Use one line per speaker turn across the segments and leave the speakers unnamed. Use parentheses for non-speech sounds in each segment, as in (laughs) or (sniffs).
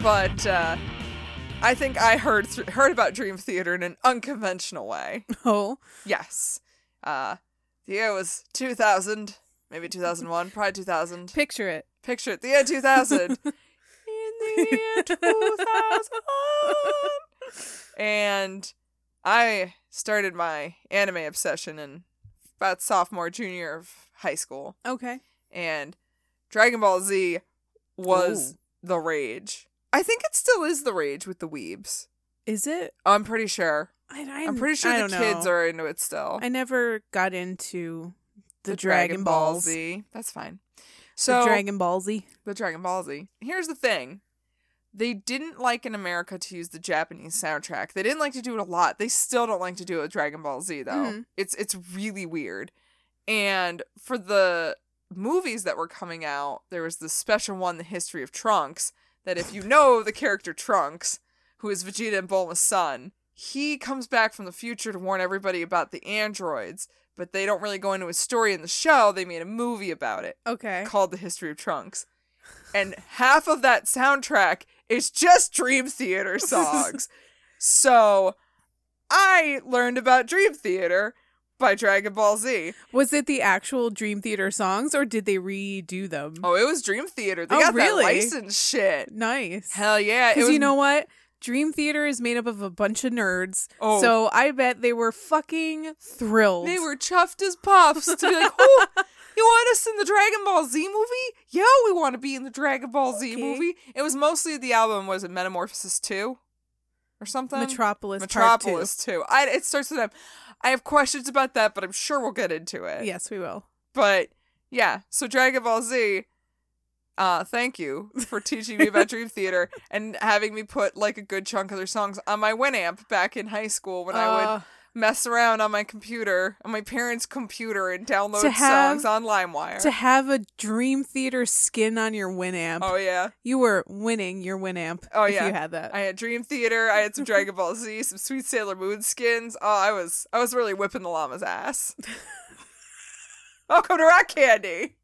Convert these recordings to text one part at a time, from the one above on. but uh, I think I heard thr- heard about Dream Theater in an unconventional (laughs) way.
Oh,
Yes, uh, the year was 2000, maybe 2001, probably 2000.
picture it.
Picture it, the year 2000. (laughs) in the year 2000, (laughs)
Um,
and I started my anime obsession in about sophomore, junior of high school.
Okay.
and Dragon Ball Z was
Ooh.
the rage. I think it still is the rage with the weebs.
Is it?
I'm pretty sure.
I, I,
I'm pretty sure
I
the
don't
kids
know.
are into it still.
I never got into the, Dragon, Balls. The
Z. That's fine. So
Dragon Ball Z.
the Dragon Ball Z. Here's the thing. They didn't like in America to use the Japanese soundtrack. They didn't like to do it a lot. They still don't like to do it with Dragon Ball Z though.
Mhm.
It's it's really weird. And for the movies that were coming out, there was this special one, The History of Trunks, that if you know the character Trunks, who is Vegeta and Bulma's son, he comes back from the future to warn everybody about the androids, but they don't really go into his story in the show. They made a movie about it
Okay.
(laughs) called The History of Trunks. And half of that soundtrack is just Dream
(laughs)
Theater songs. so I learned about Dream Theater by Dragon Ball Z.
Was it the actual Dream Theater songs or did they redo them?
Oh, it was Dream Theater. They
Oh,
got
really?
that license shit.
Nice.
Hell yeah. It
Because
was,
you know what? Dream Theater is made up of a bunch of nerds.
Oh.
So I bet they were fucking thrilled.
they were chuffed as puffs to be like,
(laughs)
oh, you want us in the Dragon Ball Z movie? Yeah, we want to be in the Dragon Ball Z
Okay.
movie. It was mostly the album, was it Metamorphosis 2 or something?
Metropolis. Part Two.
Metropolis too. I, it starts with M. I have questions about that, but I'm sure we'll get into it.
Yes, we will.
But yeah, so Dragon Ball Z. Uh, thank you for teaching me
(laughs)
about Dream Theater and having me put like a good chunk of their songs on my Winamp back in high school when I would
Uh,
mess around on my computer, on my parents' computer, and download
To have-
songs on LimeWire.
to have a Dream Theater skin on your Winamp,
oh yeah,
you were winning your Winamp.
Oh,
if
yeah.
you had that.
I had Dream Theater. I had
(laughs)
some Dragon Ball Z, some Sweet Sailor Moon skins. Oh, I was I was really whipping the llama's
(laughs)
ass. Welcome to Rock Candy.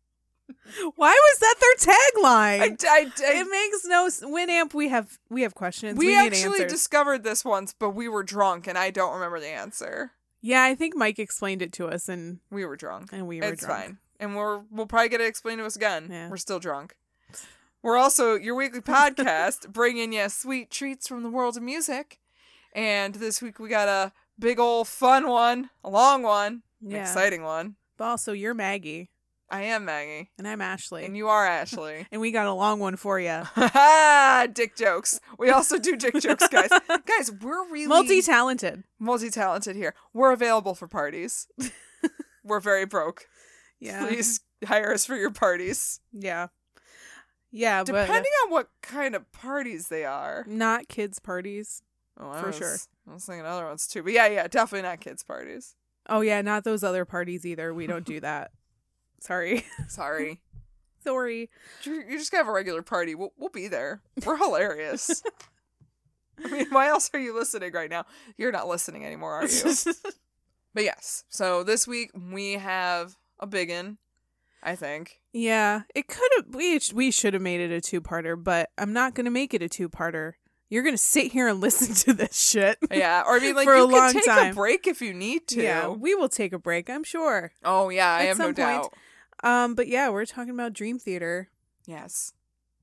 Why was that their tagline?
I, I, I-
it makes no s- Winamp. We have we have questions.
we,
We, need
actually
answers.
discovered this once, but we were drunk, and I don't remember the answer.
yeah. I think Mike explained it to us, and
We were drunk.
and we were
it's
drunk.
fine, and we're we'll probably get it explained to us again.
Yeah.
We're still drunk. We're also your weekly podcast,
(laughs)
bringing you sweet treats from the world of music, and this week we got a big old fun one, a long one, an
Yeah.
exciting one.
But also, you're Maggie,
I am Maggie.
and I'm Ashley,
And
and,
you are
(laughs)
Ashley.
we got a long one for
(laughs)
you.
Ha Dick jokes.
(laughs)
We also do dick jokes, guys. guys, we're really
Multi-talented.
multi talented here. We're available for
(laughs)
parties. we're very broke.
Yeah.
Please hire us for your parties.
Yeah. Yeah,
Depending on what kind of parties they are.
but not kids' parties.
Oh, I
For
was-
sure.
I was thinking other ones too. But yeah, yeah, definitely not kids' parties.
Oh yeah, not those other parties either. We don't do that. Sorry. (laughs)
Sorry.
Sorry.
You're you're just gonna have a regular party. We'll, we'll be there. We're
(laughs)
hilarious. I mean, why else are you listening right now? You're not listening anymore, are
(laughs)
you? But yes, so this week we have a biggin, I think.
yeah, it could have we sh- we should have made it a two-parter, but I'm not going to make it a two-parter. You're going to sit here and (laughs) listen to this shit.
(laughs) Yeah, or I mean, like
For a
you can
long
take a
time.
break if you need to.
(laughs) Yeah, we will take a break, I'm sure.
Oh yeah, I
At
have no
some point.
doubt.
Um but yeah, we're talking about Dream Theater. (laughs)
Yes,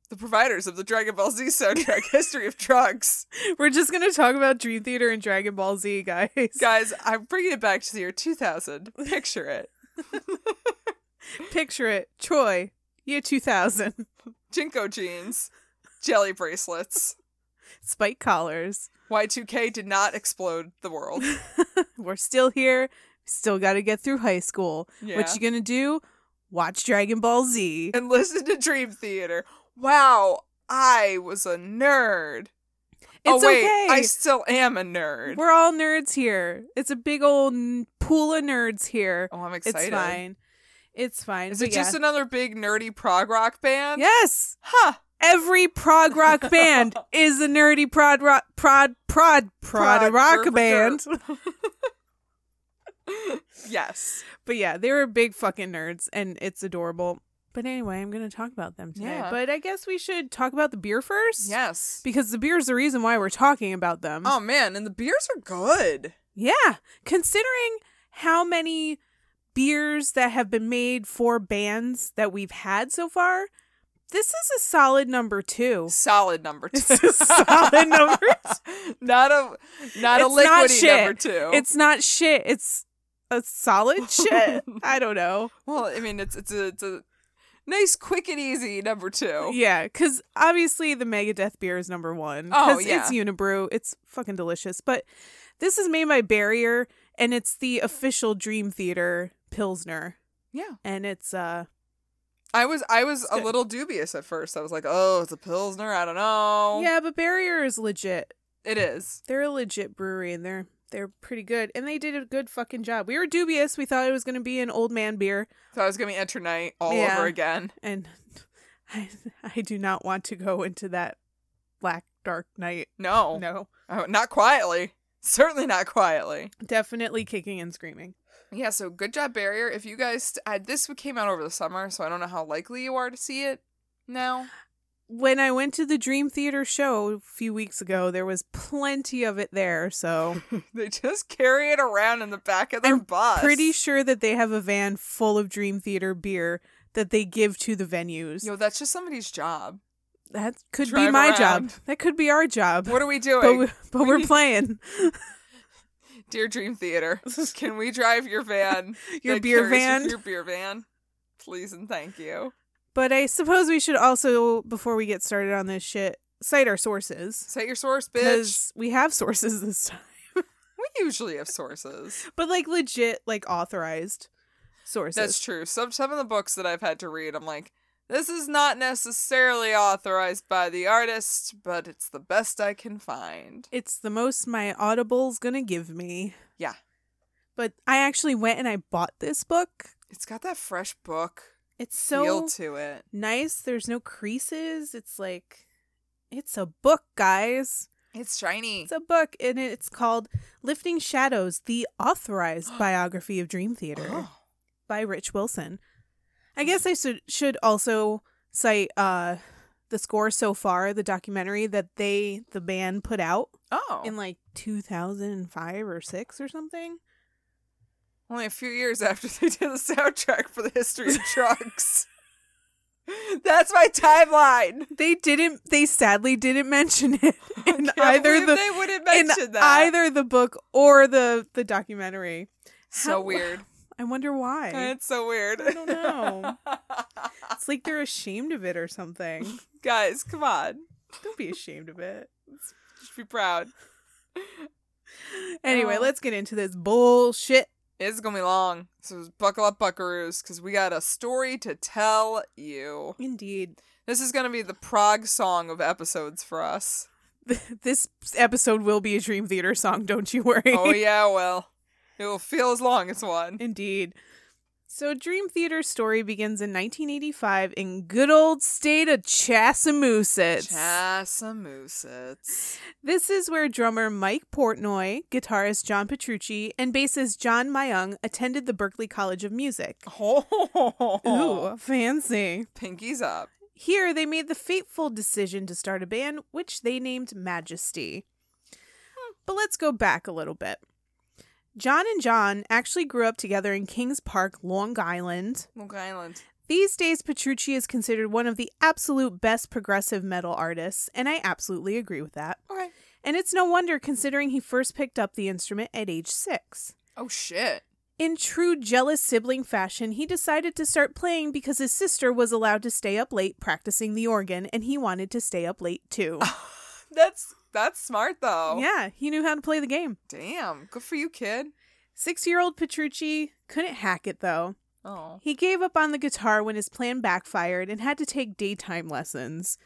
the providers of the Dragon Ball Z soundtrack, (laughs) History of Trunks,
We're just going to talk about Dream Theater and Dragon Ball Z, (laughs) guys.
guys. I'm bringing it back to the year 2000. Picture it.
Picture it. Troy, year 2000.
Jinko jeans, jelly bracelets.
(laughs) Spike collars.
Y2K did not explode the
(laughs)
world.
We're still here. Still got to get through high school.
Yeah.
What you gonna do? Watch Dragon Ball Z.
(laughs) and listen to Dream Theater. Wow, I was a nerd.
It's
oh wait,
okay.
I still am a nerd.
We're all nerds here. It's a big old n- pool of nerds here.
oh, I'm excited.
it's fine. It's fine.
Is
But
it just
yeah.
another big nerdy prog rock band?
yes?
Huh.
Every
(laughs)
prog rock band is a nerdy prod rock prod prod prod,
Prod
rock
derp
band. (laughs)
(laughs) Yes.
(laughs) But yeah, they were big fucking nerds, and it's adorable. But anyway, I'm going to talk about them today.
Yeah.
But I guess we should talk about the beer first.
Yes.
Because the beer is the reason why we're talking about them.
Oh man, and the beers are good.
Yeah. Considering how many beers that have been made for bands that we've had so far, this is a solid number
(laughs)
two. (laughs)
Solid number two.
It's a solid number
(laughs) Not a not a
It's not
liquidy
shit.
number two.
It's not shit. It's a
(laughs)
solid shit. I don't know.
well, I mean, it's it's a, it's a nice, quick and easy number two.
Yeah, because obviously the Megadeth beer is number one.
Oh,
'cause
yeah.
It's Unibrew. It's fucking delicious. But this is made by Barrier, and it's the official Dream Theater Pilsner.
Yeah.
And it's, uh,
I was I was
It's
a
good.
little dubious at first. I was like, oh, it's a pilsner. I don't know.
yeah, but Barrier is legit.
it is.
They're a legit brewery, and they're. They're pretty good, and they did a good fucking job. We were dubious; we thought it was going to be an old man beer,
So I was gonna be enter night all
Yeah.
over again.
and (laughs) I, I do not want to go into that black dark night.
No,
No,
Oh, not quietly. Certainly not quietly.
definitely kicking and screaming.
Yeah. So good job, Barrier. If you guys, uh, this came out over the summer, so I don't know how likely you are to see it now.
when I went to the Dream Theater show a few weeks ago, there was plenty of it there. So
(laughs) They just carry it around in the back of their bus.
pretty sure that they have a van full of Dream Theater beer that they give to the venues.
Yo, that's just somebody's job.
that could be
drive
my
around.
job. That could be our job.
What are (laughs) we
but,
doing,
we, but we're playing
dear Dream
(laughs)
Theater? Can we drive your van?
your
that
beer
carries you-
van.
Your beer van. Please and thank you.
But I suppose we should also, before we get started on this shit, cite our sources
Cite your source, bitch.
because we have (laughs) sources this time.
We usually have
(laughs)
sources.
But like legit, like authorized sources.
That's true. Some some of the books that I've had to read, I'm like, this is not necessarily authorized by the artist, but it's the best I can find.
It's the most my Audible's gonna give me.
Yeah.
But I actually went and I bought this book.
It's got that fresh book
It's
feel
so
to it.
nice. There's no creases. It's like, it's a book, guys.
It's shiny.
It's a book, and it's called Lifting Shadows The
(gasps)
Authorized Biography of Dream Theater
Oh.
by Rich Wilson. I guess I should, should also cite uh, the score so far, the documentary that they, the band, put out
Oh.
in like 2005 or 6 or something.
Only a few years after they did the soundtrack for the history
(laughs)
of trucks. (laughs) That's my timeline.
They didn't. They sadly didn't (laughs) mention it
(laughs)
in
Can't
either
believe
the
they wouldn't
in
mention that.
either the book or the the documentary.
so (laughs)
How-
weird.
I wonder why.
It's so weird.
I don't know. It's like they're ashamed of it or (laughs) something.
(laughs) Guys, come on.
Don't be ashamed of it.
Just be proud.
Anyway,
Oh.
let's get into this bullshit.
It's gonna be long, so buckle up, buckaroos, because we got a story to tell you.
Indeed, (laughs)
This is gonna be the Prague song of episodes for us.
this episode will be a Dream Theater song. Don't you worry.
(laughs) Oh yeah, well, it will feel as long as one.
(laughs) Indeed. So, Dream Theater's story begins in 1985 in good old state of Chassamoosets.
Chassamoosets. (laughs)
This is where drummer Mike Portnoy, guitarist John Petrucci, and bassist John Myung attended the Berklee College of Music.
Oh,
Ooh, fancy.
pinkies up.
Here, they made the fateful decision to start a band, which they named Majesty. But let's go back a little bit. John and John actually grew up together in Kings Park, Long Island.
Long Island.
These days, Petrucci is considered one of the absolute best progressive metal artists, and I absolutely agree with that.
Okay.
And it's no wonder considering he first picked up the instrument at age six.
Oh shit.
In true jealous sibling fashion, he decided to start playing because his sister was allowed to stay up late practicing the organ, and he wanted to stay up late too.
That's that's smart though.
Yeah, he knew how to play the game.
Damn. Good for you, kid.
Six year old Petrucci couldn't hack it though.
Oh.
He gave up on the guitar when his plan backfired and had to take daytime lessons.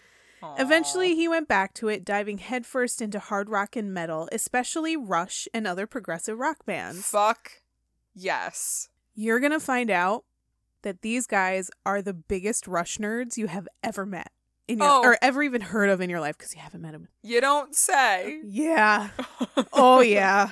Aw.
Eventually, he went back to it, diving headfirst into hard rock and metal, especially Rush and other progressive rock bands.
Fuck. Yes.
You're going to find out that these guys are the biggest Rush nerds you have ever met in your,
Oh.
or ever even heard of in your life because you haven't met them.
You don't say.
Yeah. (laughs) Oh, yeah.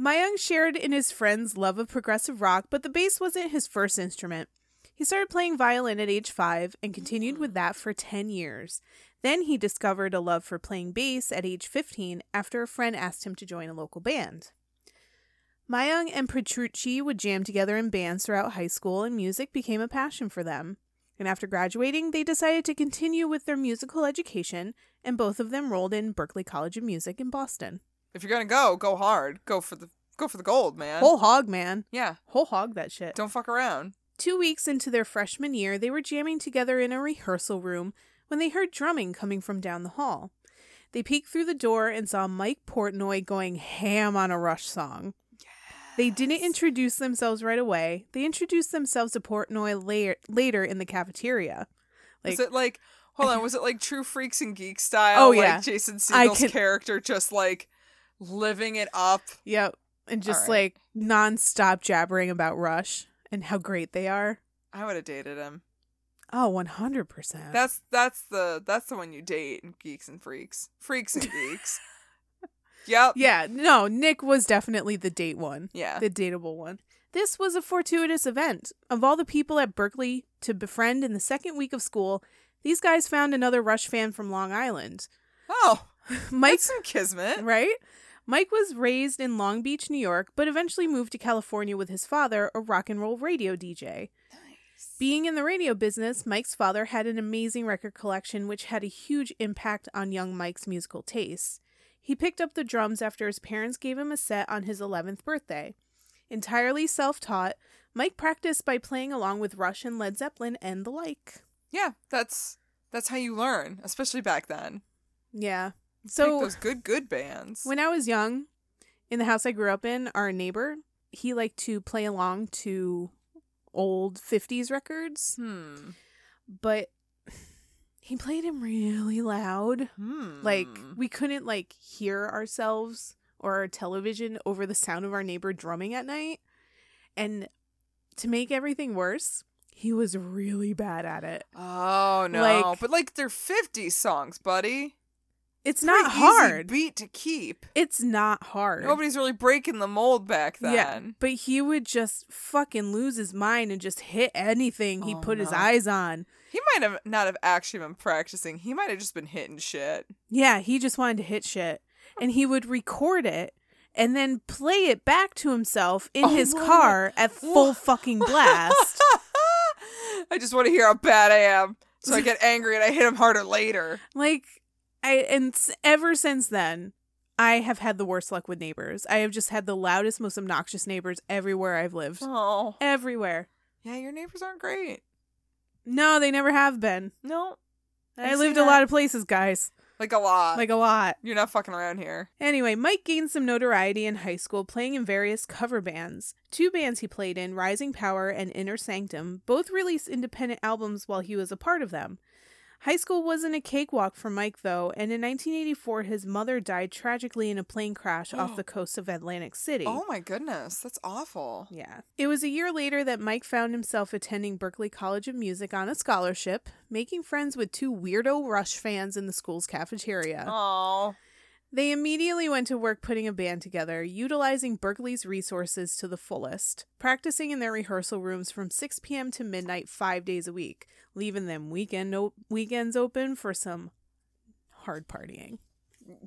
Myung shared in his friend's love of progressive rock, but the bass wasn't his first instrument. He started playing violin at age five and continued with that for 10 years. Then he discovered a love for playing bass at age 15 after a friend asked him to join a local band. Mayung and Petrucci would jam together in bands throughout high school, and music became a passion for them. And after graduating, they decided to continue with their musical education, and both of them enrolled in Berklee College of Music in Boston.
(laughs) If you're gonna go, go hard. Go for the go for the gold, man.
Whole hog, man.
yeah.
Whole hog that shit.
Don't fuck around.
Two weeks into their freshman year, they were jamming together in a rehearsal room when they heard drumming coming from down the hall. They peeked through the door and saw Mike Portnoy going ham on a Rush song. They didn't introduce themselves right away. They introduced themselves to Portnoy later, later in the cafeteria.
was
Like-
it like hold on, was it like true freaks and geek style?
Oh, yeah.
Like Jason
I
Siegel's
can-
character just like living it up.
Yep. And just
Alright.
like nonstop jabbering about Rush and how great they are.
I would have dated him.
Oh, 100%.
That's that's the that's the one you date in geeks and freaks. Freaks and
(laughs)
geeks. yep.
yeah, no, Nick was definitely the date one.
Yeah.
(laughs) the dateable one. This was a fortuitous event. Of all the people at Berkeley to befriend in the second week of school, these guys found another Rush fan from Long Island.
Oh,
Mike,
that's some kismet.
right? Mike was raised in Long Beach, New York, but eventually moved to California with his father, a rock and roll radio DJ. Being in the radio business, Mike's father had an amazing record collection which had a huge impact on young Mike's musical tastes. He picked up the drums after his parents gave him a set on his 11th birthday. Entirely self taught, Mike practiced by playing along with Rush and Led Zeppelin and the like.
Yeah, that's that's how you learn, especially back then.
Yeah.
Pick
So
those good good bands.
when I was young, in the house I grew up in, our neighbor, he liked to play along to old 50s records.
hmm.
but (sighs) he played him really loud.
Hmm.
Like we couldn't like hear ourselves or our television over the sound of our neighbor drumming at night. And to make everything worse, he was really bad at it.
Oh no.
like-
but like they're 50 songs, buddy.
It's not
Pretty easy
hard.
beat to keep.
It's not hard.
Nobody's really breaking the mold back then.
yeah, but he would just fucking lose his mind and just hit anything he
Oh,
put his
no.
eyes on.
He might have not have actually been practicing. He might have just been hitting shit.
Yeah, he just wanted to hit shit. And he would record it and then play it back to himself in
Oh
his
my
car at full
(laughs)
fucking blast.
I just want to hear how bad I am, so
(laughs)
I get angry and I hit him harder later.
like I and s- ever since then, I have had the worst luck with neighbors. I have just had the loudest, most obnoxious neighbors everywhere I've lived.
Oh,
Everywhere.
yeah, your neighbors aren't great.
No, they never have been.
No,
I,
see
lived a
that. Uh,
lot of places, guys.
like a lot.
Like a lot.
you're not fucking around here.
Anyway, Mike gained some notoriety in high school playing in various cover bands. Two bands he played in, Rising Power and Inner Sanctum, both released independent albums while he was a part of them. High school wasn't a cakewalk for Mike, though, and in 1984, his mother died tragically in a plane crash off the coast of Atlantic City.
Oh my goodness, that's awful.
Yeah. It was a year later that Mike found himself attending Berklee College of Music on a scholarship, making friends with two weirdo Rush fans in the school's cafeteria.
Oh,
They immediately went to work putting a band together, utilizing Berkeley's resources to the fullest, practicing in their rehearsal rooms from 6 p.m. to midnight 5 days a week, leaving them weekend o- weekends open for some hard partying.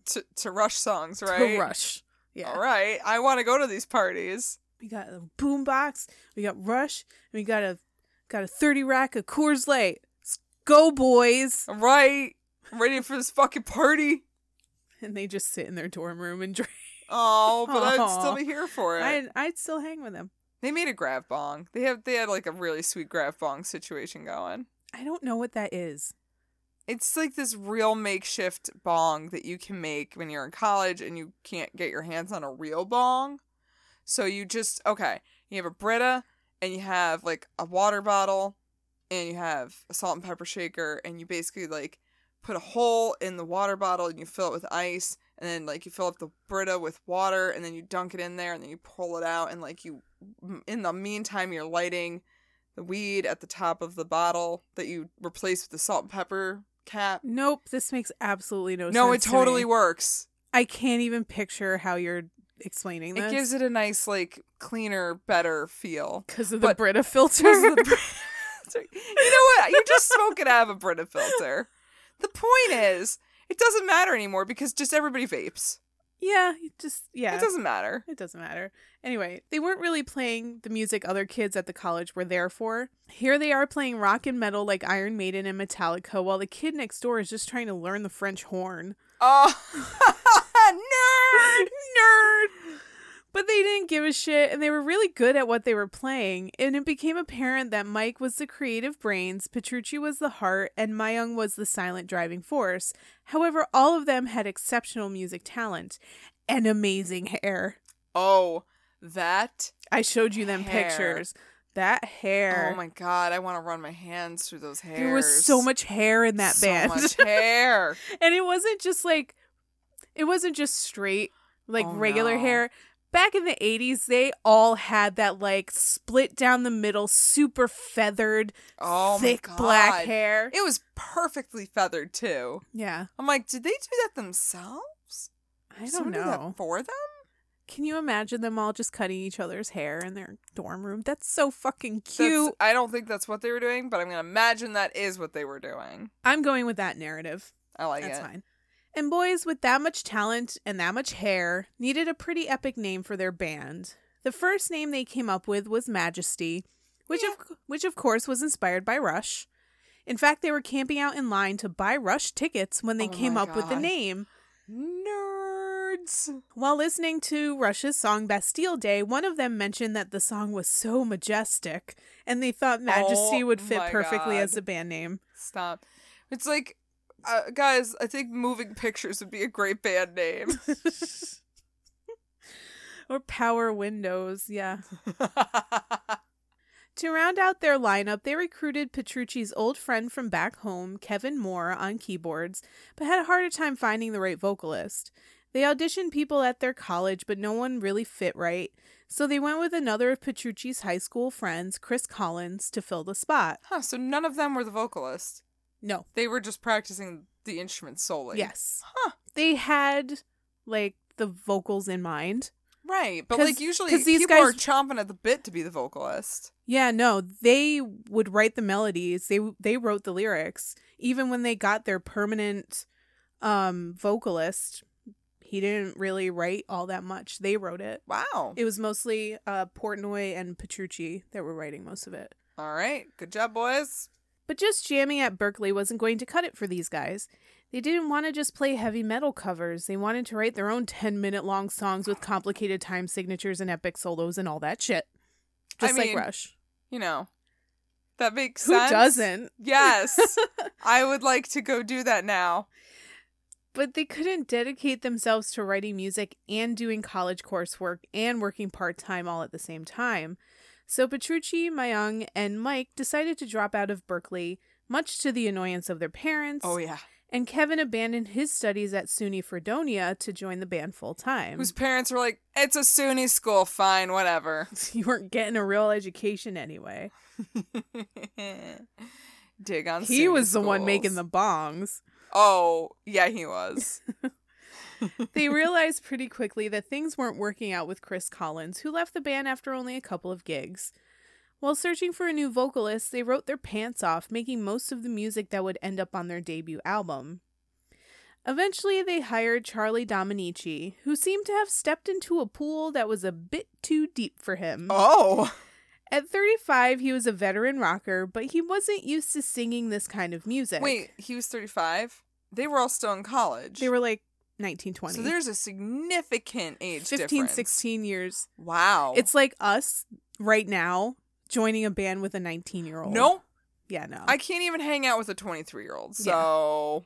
to to rush songs, right?
To Rush. Yeah.
All right, I want to go to these parties.
We got a boombox, we got Rush, and we got a got a 30 rack of Coors Light. Let's Go boys.
All right, I'm ready for this fucking party.
And they just sit in their dorm room and drink.
Oh, but I'd
Aw.
still be here for it.
I'd, I'd still hang with them.
They made a grab bong. They have they had like a really sweet grab bong situation going.
I don't know what that is.
It's like this real makeshift bong that you can make when you're in college and you can't get your hands on a real bong. So you just okay, you have a Brita and you have like a water bottle and you have a salt and pepper shaker and you basically like put a hole in the water bottle and you fill it with ice and then like you fill up the Brita with water and then you dunk it in there and then you pull it out and like you in the meantime you're lighting the weed at the top of the bottle that you replace with the salt and pepper cap.
Nope, this makes absolutely no, sense.
No, it
to
totally
me.
works.
I can't even picture how you're explaining this.
It gives it a nice like cleaner, better feel.
because of the
but- (laughs)
Brita filter.
Because of the filter. You know what? You're just smoking out of a Brita filter. The point is, it doesn't matter anymore because just everybody vapes.
(laughs) Yeah, you just yeah.
It doesn't matter.
It doesn't matter. Anyway, they weren't really playing the music other kids at the college were there for. Here they are playing rock and metal like Iron Maiden and Metallica while the kid next door is just trying to learn the French horn.
Oh, (laughs) nerd!
Nerd! But they didn't give a shit and they were really good at what they were playing. And it became apparent that Mike was the creative brains, Petrucci was the heart, and Myung was the silent driving force. However, all of them had exceptional music talent and amazing hair.
Oh, that.
I showed you them
Hair.
pictures. That hair.
Oh my god, I want to run my hands through those hairs.
There was so much hair in that
so
band. (laughs)
much hair.
and it wasn't just like it wasn't just straight like
Oh,
regular
no.
hair. Back in the 80s, they all had that like split down the middle, super feathered,
Oh my
thick
god.
black hair.
It was perfectly feathered too.
yeah.
I'm like, did they do that themselves?
I don't
Someone did that
know.
for them.
Can you imagine them all just cutting each other's hair in their dorm room? That's so fucking
That's-
cute.
I don't think that's what they were doing, but I'm gonna imagine that is what they were doing.
I'm going with that narrative.
I like
That's
it.
fine. And boys with that much talent and that much hair needed a pretty epic name for their band. The first name they came up with was Majesty, which of which of course was inspired by Rush. In fact, they were camping out in line to buy Rush tickets when they
Oh
came
my
up with the
God.
name.
Nerds.
While listening to Rush's song Bastille Day, one of them mentioned that the song was so majestic and they thought Majesty
Oh
would fit
my
perfectly
God.
as a band name.
Stop. It's like, uh, guys, I think moving pictures would be a great band
(laughs)
name. (laughs)
or Power Windows, yeah. To round out their lineup, they recruited Petrucci's old friend from back home, Kevin Moore, on keyboards, but had a harder time finding the right vocalist. They auditioned people at their college, but no one really fit right, so they went with another of Petrucci's high school friends, Chris Collins, to fill the spot.
huh, so none of them were the vocalist.
No.
They were just practicing the instrument solely.
Yes.
Huh.
They had, like, the vocals in mind.
Right. But
'Cause-
like usually
'cause these
people
guys-
are chomping at the bit to be the vocalist.
Yeah, no, they would write the melodies. They they wrote the lyrics. Even when they got their permanent um vocalist, he didn't really write all that much. They wrote it.
Wow.
It was mostly uh Portnoy and Petrucci that were writing most of it.
All right. Good job, boys.
But just jamming at Berkeley wasn't going to cut it for these guys. They didn't want to just play heavy metal covers. They wanted to write their own 10-minute long songs with complicated time signatures and epic solos and all that shit.
I
Just
mean,
like Rush.
You know, that makes
Who
sense.
doesn't?
Yes.
(laughs)
I would like to go do that now.
But they couldn't dedicate themselves to writing music and doing college coursework and working part time all at the same time. So Petrucci, Myung, and Mike decided to drop out of Berkeley, much to the annoyance of their parents.
Oh, yeah.
And Kevin abandoned his studies at SUNY Fredonia to join the band full time.
Whose parents were like, it's a SUNY school. Fine. Whatever.
(laughs) You weren't getting a real education anyway.
Dig on.
He
SUNY
was the one making
schools.
the bongs.
Oh, yeah, he
(laughs)
was.
they realized pretty quickly that things weren't working out with Chris Collins, who left the band after only a couple of gigs. While searching for a new vocalist, they wrote their pants off, making most of the music that would end up on their debut album. Eventually, they hired Charlie Dominici, who seemed to have stepped into a pool that was a bit too deep for him.
oh,
At 35, he was a veteran rocker, but he wasn't used to singing this kind of music.
wait, he was thirty-five. They were all still in college.
They were like 19, 20.
so there's a significant age
15,
difference.
16 years
Wow,
It's like us right now joining a band with a 19 year old.
nope.
Yeah, no.
I can't even hang out with a twenty-three-year-old. So,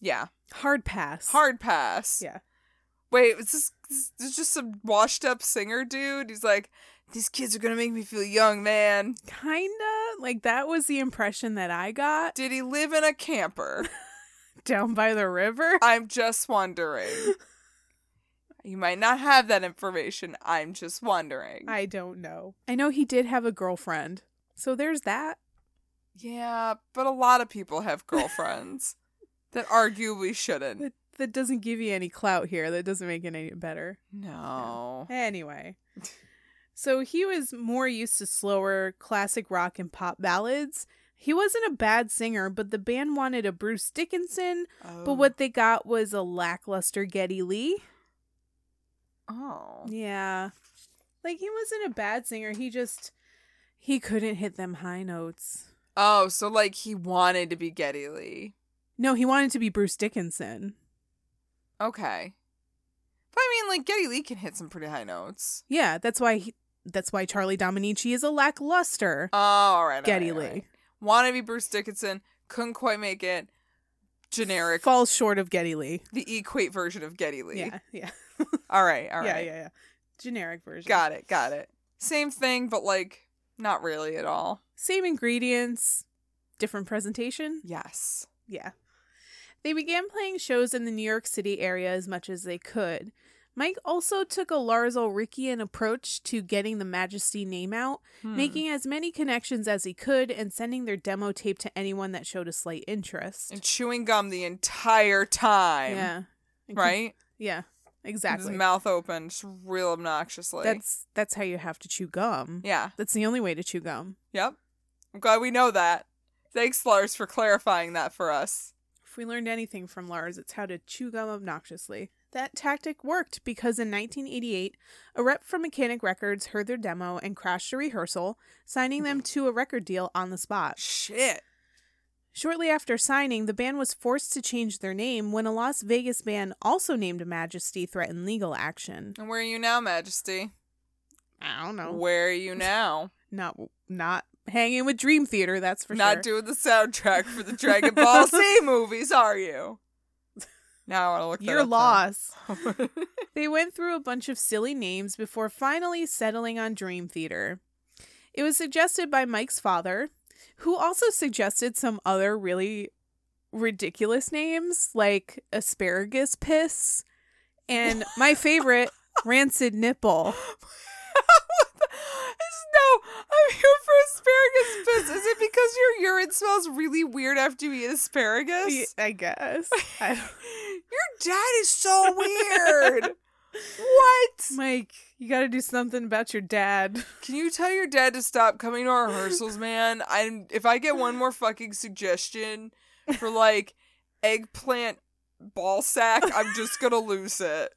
yeah,
Hard pass.
hard pass.
Yeah.
Wait, it's just there's just some washed-up singer dude. He's like, these kids are gonna make me feel young, man.
Kinda. Like that was the impression that I got (laughs)
Did he live in a camper?
down by the river.
I'm just wondering. You might not have that information. I'm just wondering.
I don't know. I know he did have a girlfriend. So there's that.
Yeah, but a lot of people
(laughs)
have girlfriends that arguably shouldn't.
That, that doesn't give you any clout here. That doesn't make it any better.
No.
Anyway. So he was more used to slower classic rock and pop ballads. He wasn't a bad singer, but the band wanted a Bruce Dickinson, but what they got was a lackluster Geddy Lee.
Oh.
Yeah. Like he wasn't a bad singer, he just he couldn't hit them high notes.
Oh, so like he wanted to be Getty Lee.
No, he wanted to be Bruce Dickinson.
Okay. But I mean, like Getty Lee can hit some pretty high notes.
Yeah, that's why he, that's why Charlie Dominici is a lackluster
Oh, all right. all
Geddy
right, all
Lee.
right. Wanna be Bruce Dickinson? Couldn't quite make it. Generic,
Falls short of Geddy Lee.
the equate version of Getty Lee.
Yeah, yeah.
All right, all right.
yeah, yeah, yeah. Generic version.
Got it, got it. Same thing, but like not really at all.
Same ingredients, different presentation.
Yes.
Yeah. They began playing shows in the New York City area as much as they could. Mike also took a Lars Ulrichian approach to getting the Majesty name out,
Hmm.
making as many connections as he could and sending their demo tape to anyone that showed a slight interest.
and chewing gum the entire time.
Yeah. And keep-
Right?
Yeah.
With
Exactly.
His mouth open, just real obnoxiously.
That's that's how you have to chew gum.
yeah.
That's the only way to chew gum.
Yep. I'm glad we know that. Thanks, Lars, for clarifying that for us.
If we learned anything from Lars, it's how to chew gum obnoxiously. That tactic worked because in 1988, a rep from Mechanic Records heard their demo and crashed a rehearsal, signing them to a record deal on the spot.
Shit.
Shortly after signing, the band was forced to change their name when a Las Vegas band, also named Majesty, threatened legal action.
And where are you now, Majesty?
I don't know.
Where are you now?
Not not hanging with Dream Theater, that's (laughs) for
Not
sure.
doing the soundtrack for
(laughs)
the Dragon Ball Z movies, are you? Now I want to look.
You're
(laughs) that
lost.
up now.
They went through a bunch of silly names before finally settling on Dream Theater. It was suggested by Mike's father, who also suggested some other really ridiculous names like asparagus piss (laughs) and my favorite, rancid nipple.
What the- It's- no, I'm here for asparagus piss. Is it because your urine smells really weird after you eat asparagus?
I guess.
Your dad is so weird. what?
(laughs) Mike, you got to do something about your dad.
Can you tell your dad to stop coming to our rehearsals, man? I'm if I get one more fucking suggestion for like eggplant ball sack, I'm just (laughs) gonna lose it.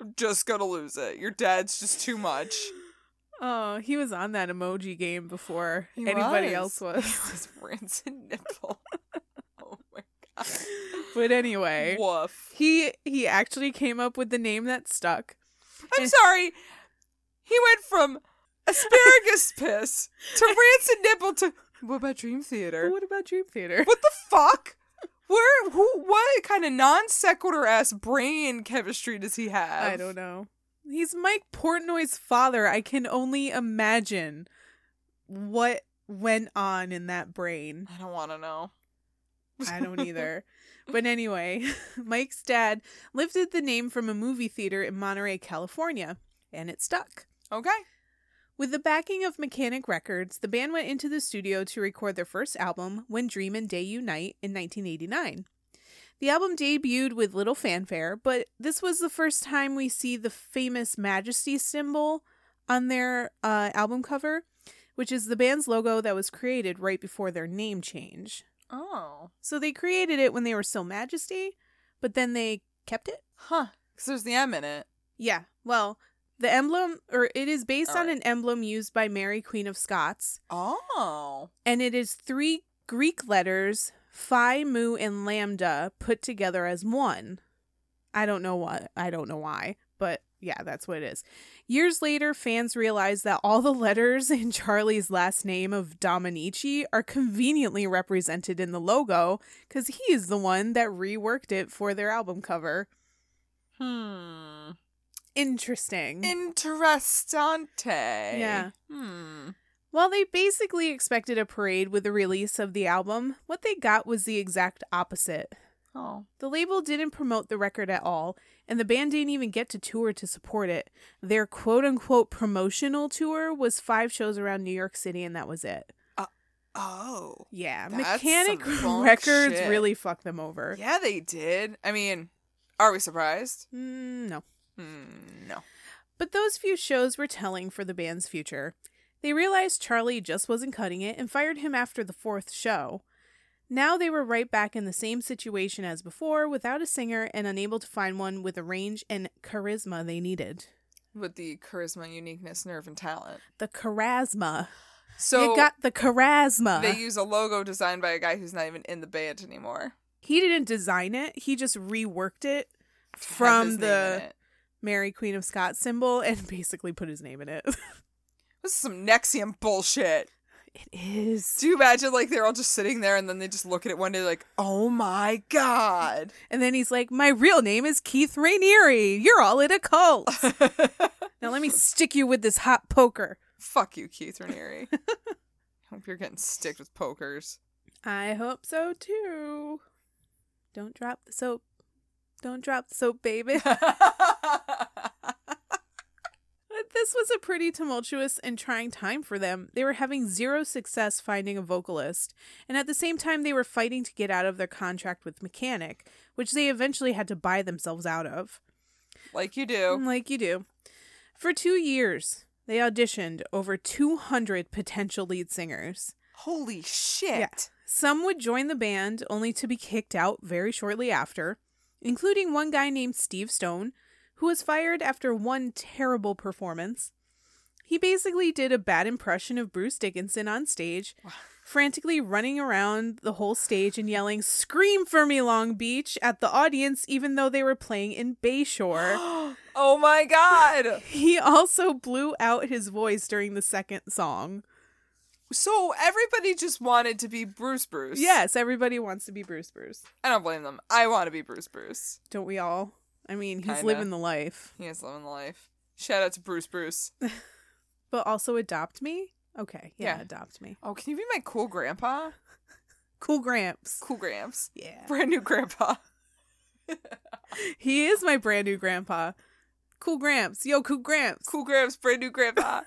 I'm just gonna lose it. Your dad's just too much.
Oh, he was on that emoji game before
He was.
anybody
(laughs)
else
He
was. (laughs)
was rancid nipple. (laughs) oh my god.
But anyway,
Woof.
he he actually came up with the name that stuck.
I'm
And-
sorry. He went
(laughs)
from asparagus piss to rancid nipple to what about Dream Theater?
what about Dream Theater?
What the fuck? Where? Who? What kind of non sequitur ass brain chemistry does he have?
(laughs) I don't know. He's Mike Portnoy's father. I can only imagine what went on in that
(laughs)
brain.
I don't want to know.
I don't e- either. but anyway, (laughs) Mike's dad lifted the name from a movie theater in Monterey, California, and it stuck.
(laughs) Okay.
With the backing of Mechanic Records, the band went into the studio to record their first album, When Dream and Day Unite, in 1989. The album debuted with little fanfare, but this was the first time we see the famous Majesty symbol on their uh, album cover, which is the band's logo that was created right before their name change.
Oh.
So they created it when they were still Majesty, but then they kept it?
Huh. Because there's the M in it.
Yeah. Well, the emblem, or it is based on
Alright.
an emblem used by Mary, Queen of Scots,
Oh.
and it is three Greek letters, phi, mu, and lambda, put together as one. I don't know what, I don't know why, but yeah, that's what it is. Years later, fans realized that all the letters in Charlie's last name of Dominici are conveniently represented in the logo because he is the one that reworked it for their album cover.
Hmm.
Interesting.
Interessante.
Yeah.
Hmm.
While they basically expected a parade with the release of the album, what they got was the exact opposite.
Oh.
The label didn't promote the record at all, and the band didn't even get to tour to support it. Their quote unquote promotional tour was five shows around New York City, and that was it.
Oh.
Yeah,
That's
Mechanic
some wrong
Records
shit.
really fucked them over.
Yeah, they did. I mean, are we surprised?
Mm, no.
Mm, no.
But those few shows were telling for the band's future. They realized Charlie just wasn't cutting it and fired him after the fourth show. Now they were right back in the same situation as before, without a singer and unable to find one with the range and charisma they needed.
with the charisma, uniqueness, nerve, and talent.
The charisma.
So
you got the charisma.
they use a logo designed by a guy who's not even in the band anymore.
he didn't design it, he just reworked it
Have
from
his name in
the
it.
Mary Queen of Scots symbol and (laughs) basically put his name in it. (laughs)
this is some Nexium bullshit.
it is.
Do you imagine like they're all just sitting there and then they just look at it one day like, oh my
(laughs)
god.
And then he's like, My real name is Keith Rainieri. You're all in a cult. now let me stick you with this hot poker.
Fuck you, Keith Raniere. (laughs) Hope you're getting sticked with
(laughs)
pokers.
I hope so too. Don't drop the soap. Don't drop the soap, baby. (laughs) But Uh, this was a pretty tumultuous and trying time for them. They were having zero success finding a vocalist, and at the same time, they were fighting to get out of their contract with Mechanic, which they eventually had to buy themselves out of.
like you do.
Like you do. For two years, they auditioned over 200 potential lead singers.
Holy shit.
Some would join the band only to be kicked out very shortly after, including one guy named Steve Stone, who was fired after one terrible performance. He basically did a bad impression of Bruce Dickinson on stage, frantically running around the whole stage and yelling, Scream for me, Long Beach, at the audience, even though they were playing in
(gasps)
Bayshore.
oh my god.
He also blew out his voice during the second song.
So everybody just wanted to be Bruce Bruce.
Yes, everybody wants to be Bruce Bruce.
I don't blame them. I want to be Bruce Bruce.
Don't we all? I mean, he's
Kinda.
living the life.
He is living the life. Shout out to Bruce Bruce.
But also adopt me? Okay. Yeah,
Yeah.
adopt me.
Oh, can you be my cool grandpa?
Cool Gramps.
Cool Gramps.
Yeah.
Brand new grandpa.
He is my brand new grandpa. Cool Gramps. Yo, Cool Gramps.
Cool Gramps, brand new grandpa.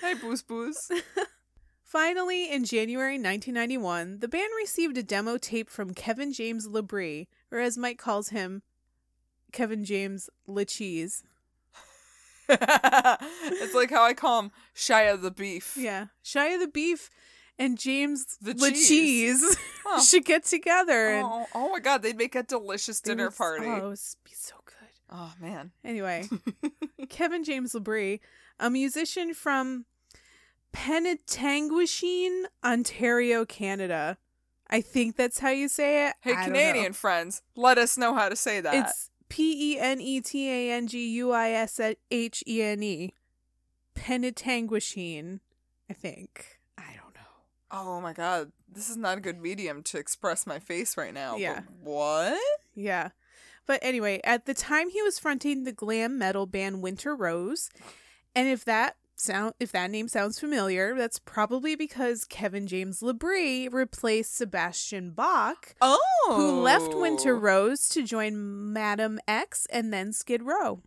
Hi, Bruce Bruce. (laughs)
Finally, in January 1991, the band received a demo tape from Kevin James Labrie, or as Mike calls him, Kevin James LaCheese.
it's like how I call him Shia the Beef.
Yeah. Shia the Beef and James
The
(laughs) LaCheese
Huh.
should get together. and
Oh, oh my god, they'd make a delicious
they
dinner
would-
party.
Oh, it
Oh,
would be so good.
man. (laughs)
Anyway, Kevin James Labrie, a musician from Penetanguishene, Ontario, Canada. I think that's how you say it.
Hey,
I don't know.
Canadian friends, let us know how to say that.
It's P E N E T A N G U I S H E N E. Penetanguishene, I think. I don't know.
oh my god, this is not a good medium to express my face right now. but
Yeah.
what?
Yeah. But anyway, at the time he was fronting the glam metal band Winter Rose, and if that sound if that name sounds familiar, that's probably because Kevin James Labrie replaced Sebastian Bach,
Oh.
who left Winter Rose to join Madam X and then Skid Row.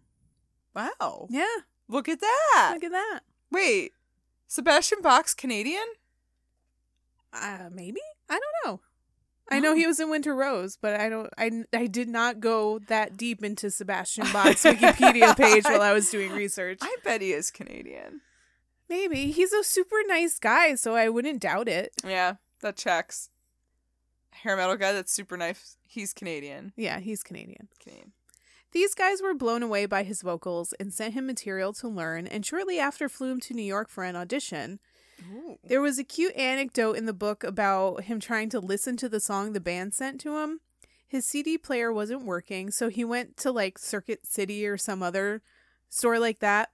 Wow.
Yeah,
Look at that.
look at that.
Wait. Sebastian Bach's Canadian?
Uh, maybe I don't know. I know he was in Winter Rose, but I don't. I, I did not go that deep into Sebastian Bach's Wikipedia page while I was doing research.
(laughs) I bet he is Canadian.
Maybe he's a super nice guy, so I wouldn't doubt it.
Yeah, that checks. Hair metal guy that's super nice. He's Canadian.
Yeah, he's Canadian.
Canadian.
These guys were blown away by his vocals and sent him material to learn, and shortly after flew him to New York for an audition. There was a cute anecdote in the book about him trying to listen to the song the band sent to him. His CD player wasn't working, so he went to like Circuit City or some other store like that,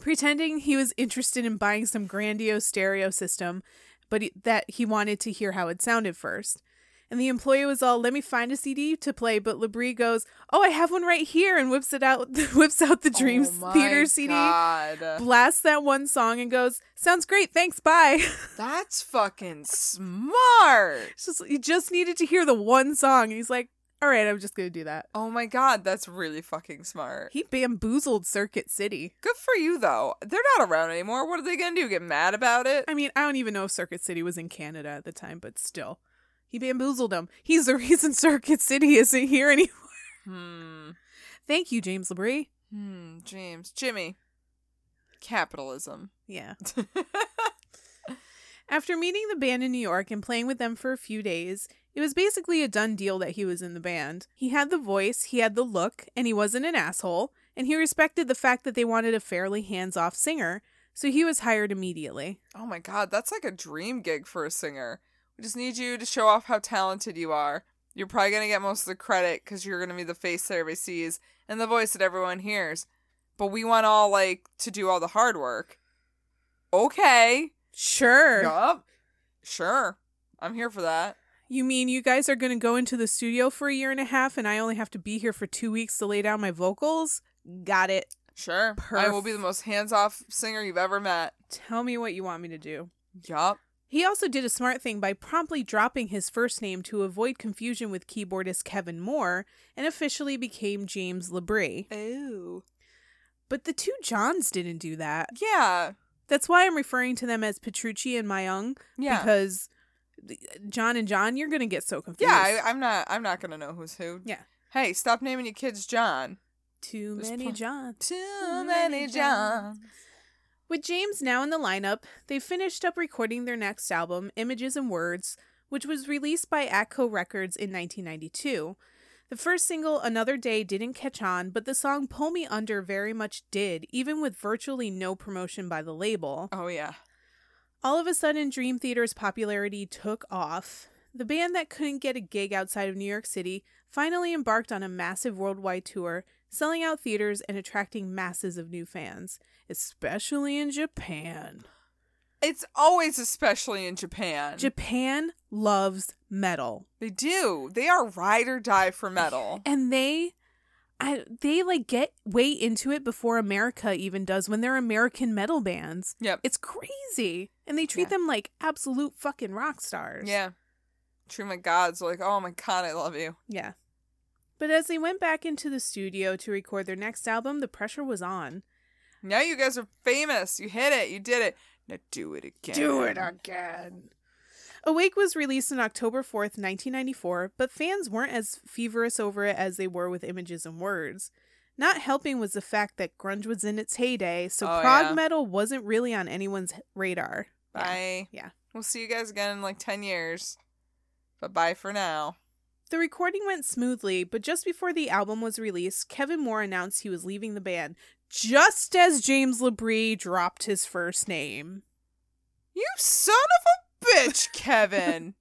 pretending he was interested in buying some grandiose stereo system, but he, that he wanted to hear how it sounded first. And the employee was all, "Let me find a CD to play," but Labrie goes, "Oh, I have one right here," and whips it out, (laughs) whips out the Dreams
Oh my
Theater CD
God.
blasts that one song and goes, "Sounds great, thanks, bye." (laughs)
That's fucking smart.
It's just you just needed to hear the one song, and he's like, "All right, I'm just gonna do that."
Oh my god, that's really fucking smart.
He bamboozled Circuit City.
Good for you though. They're not around anymore. What are they gonna do? Get mad about it?
I mean, I don't even know if Circuit City was in Canada at the time, but still, he bamboozled him. (laughs) He's the reason Circuit City isn't here anymore.
Hmm.
Thank you, James Labrie.
Hmm, James. Jimmy. Capitalism.
Yeah. After meeting the band in New York and playing with them for a few days, it was basically a done deal that he was in the band. He had the voice, he had the look, and he wasn't an asshole, and he respected the fact that they wanted a fairly hands off singer, so he was hired immediately.
Oh my god, that's like a dream gig for a singer. We just need you to show off how talented you are. You're probably going to get most of the credit because you're going to be the face that everybody sees and the voice that everyone hears. But we want all, like, to do all the hard work. Okay.
Sure.
Yup. Sure. I'm here for that.
You mean you guys are going to go into the studio for a year and a half and I only have to be here for two weeks to lay down my vocals? Got it.
Sure. I will be the most hands off singer you've ever met.
Tell me what you want me to do.
Yup.
He also did a smart thing by promptly dropping his first name to avoid confusion with keyboardist Kevin Moore and officially became James Labrie.
Oh.
But the two Johns didn't do that.
Yeah.
That's why I'm referring to them as Petrucci and Myung
Yeah.
because th- John and John, you're going to get so confused.
yeah, I, I'm not I'm not gonna know who's who.
Yeah.
Hey, stop naming your kids John.
Too
There's
many
pro-
Johns.
Too many Johns.
With James now in the lineup, they finished up recording their next album, Images and Words, which was released by Atco Records in 1992. The first single, Another Day, didn't catch on, but the song Pull Me Under very much did, even with virtually no promotion by the label.
Oh yeah.
All of a sudden, Dream Theater's popularity took off. The band that couldn't get a gig outside of New York City finally embarked on a massive worldwide tour, selling out theaters and attracting masses of new fans, especially in Japan.
It's always especially in Japan.
Japan loves metal.
they do. They are ride or die for metal.
And they I they like get way into it before America even does when they're American metal bands.
Yep.
It's crazy. And they treat
Yeah.
them like absolute fucking rock stars.
Yeah. True my gods are like, oh my god, I love you.
Yeah. But as they went back into the studio to record their next album, the pressure was on.
Now you guys are famous. You hit it. You did it. Now do it again.
again. Awake was released on October 4th, 1994, but fans weren't as feverish over it as they were with Images and Words. Not helping was the fact that grunge was in its heyday, so
Oh,
prog
yeah.
metal wasn't really on anyone's radar.
Bye.
Yeah.
We'll see you guys again in like ten years. But bye for now.
The recording went smoothly, but just before the album was released, Kevin Moore announced he was leaving the band, just as James Labrie dropped his first name.
You son of a
(laughs)
bitch, Kevin.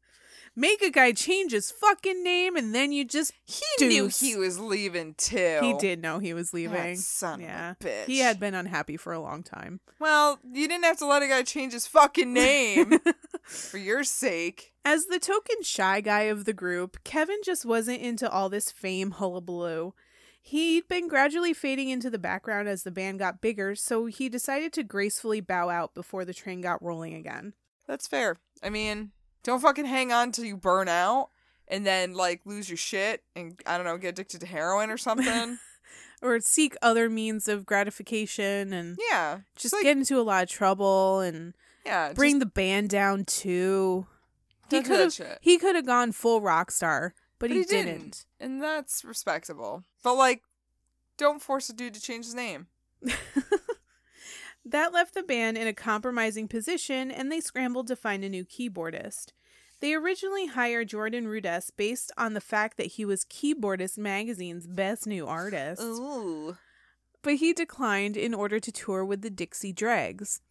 Make a guy change his fucking name, and then you just.
He knew
Deuce.
he was leaving too.
He did know he was
That
leaving.
son
Yeah.
of a bitch.
He had been unhappy for a long time.
Well, you didn't have to let a guy change his fucking
(laughs)
name for your sake.
As the token shy guy of the group, Kevin just wasn't into all this fame hullabaloo. He'd been gradually fading into the background as the band got bigger, so he decided to gracefully bow out before the train got rolling again.
That's fair. I mean, don't fucking hang on till you burn out and then like lose your shit and I don't know, get addicted to heroin or
(laughs)
something.
Or seek other means of gratification and
yeah.
just
like,
get into a lot of trouble and
yeah,
bring the band down too. He
Don't do
could
that
have
shit.
he could have gone full rock star,
But
but, he,
he didn't.
didn't.
just- and that's respectable. But like don't force a dude to change his name.
That left the band in a compromising position and they scrambled to find a new keyboardist. They originally hired Jordan Rudess based on the fact that he was Keyboardist Magazine's best new artist,
Oh. Ooh.
but he declined in order to tour with the Dixie Dregs.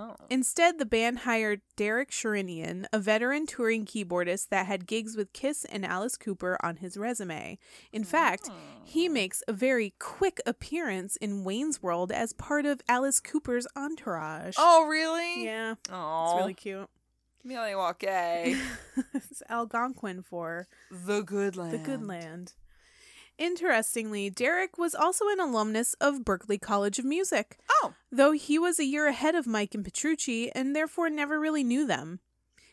Oh.
Instead, the band hired Derek Sherinian, a veteran touring keyboardist that had gigs with Kiss and Alice Cooper on his resume. In fact,
Oh.
he makes a very quick appearance in Wayne's World as part of Alice Cooper's entourage.
Oh, really?
Yeah,
Oh.
it's really cute.
Millie Walker.
(laughs) it's Algonquin for
the Good Land.
(laughs) the good land. Interestingly, Derek was also an alumnus of Berklee College of Music,
Oh.
though he was a year ahead of Mike and Petrucci and therefore never really knew them.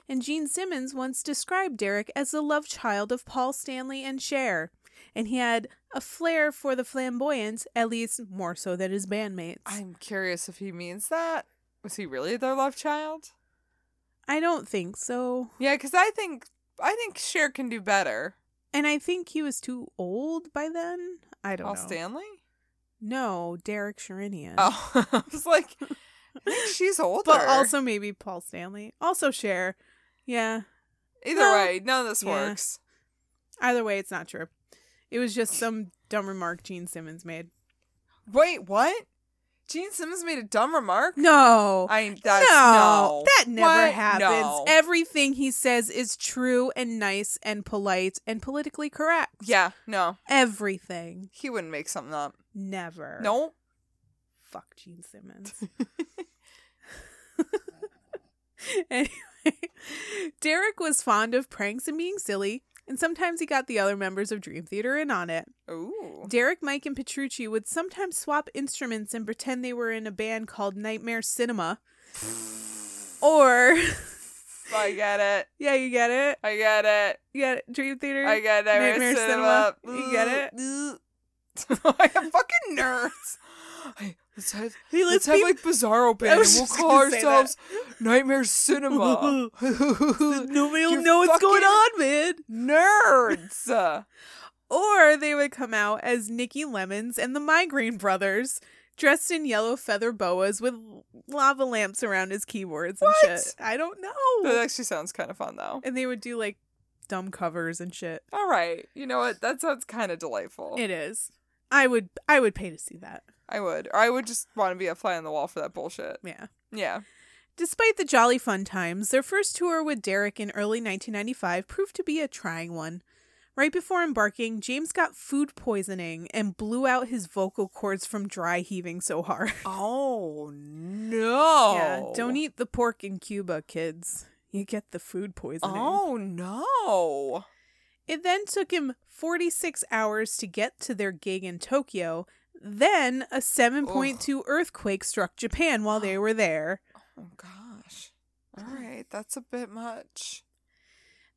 And Gene Simmons once described Derek as the love child of Paul Stanley and Cher, and he had a flair for the flamboyant, at least more so than his bandmates.
I'm curious if he means that. Was he really their love child?
I don't think so.
Yeah, because I think I think Cher can do better.
And I think he was too old by then. I don't
Paul
know.
Stanley?
No, Derek Sherinian.
Oh, (laughs) I was like, I think
(laughs)
she's older.
but also maybe Paul Stanley. Also Cher. Yeah.
either
no.
way, none of this
Yeah.
works.
Either way, it's not true. It was just some dumb remark Gene Simmons made.
Wait, what? Gene Simmons made a dumb remark.
No.
I that's
no,
no,
that never
What?
happens.
No.
Everything he says is true and nice and polite and politically correct.
yeah, no,
Everything.
he wouldn't make something up.
Never.
No,
Fuck
(laughs)
Gene Simmons. (laughs) anyway, Derek was fond of pranks and being silly, and sometimes he got the other members of Dream Theater in on it.
ooh,
Derek, Mike, and Petrucci would sometimes swap instruments and pretend they were in a band called Nightmare Cinema. Or, (laughs)
I get it.
yeah, you get it?
I get it.
You got it? Dream Theater?
I get it.
Nightmare
Nightmare
Cinema.
cinema.
You get it? (laughs)
I am fucking nerds. (gasps) Hey, let's have
Hey,
let's,
let's,
have
be-
like Bizarro
(laughs) I
Band. And
was
we'll
just
call
gonna say that.
ourselves Nightmare
(laughs)
Cinema.
Nobody will
You're
know what's going
fucking-
on, man.
(laughs) nerds.
Or they would come out as Nikki Lemons and the Migraine Brothers, dressed in yellow feather boas with lava lamps around his keyboards and
What?
shit. I don't
That
know.
actually sounds kind of fun though.
And they would do like dumb covers and shit.
All right, you know what? That sounds kind of delightful.
It is. I would I would pay to see that.
I would, or I would just want to be a fly on the wall for that bullshit.
Yeah.
Yeah.
Despite the jolly fun times, their first tour with Derek in early 1995 proved to be a trying one. Right before embarking, James got food poisoning and blew out his vocal cords from dry heaving so hard.
Oh no.
Yeah, don't eat the pork in Cuba, kids. You get the food poisoning.
Oh no.
It then took him 46 hours to get to their gig in Tokyo. Then a 7.2 earthquake struck Japan while they were there.
Oh gosh. All right, that's a bit much.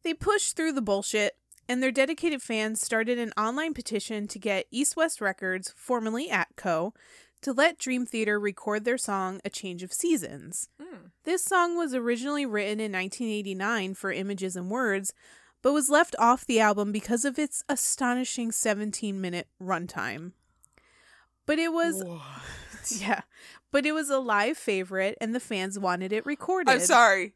They pushed through the bullshit, and their dedicated fans started an online petition to get East West Records, formerly Atco, to let Dream Theater record their song A Change of Seasons.
Hmm.
This song was originally written in 1989 for Images and Words, but was left off the album because of its astonishing 17 minute runtime. But it was, (laughs)
What?
yeah, but it was a live favorite and the fans wanted it recorded.
I'm sorry.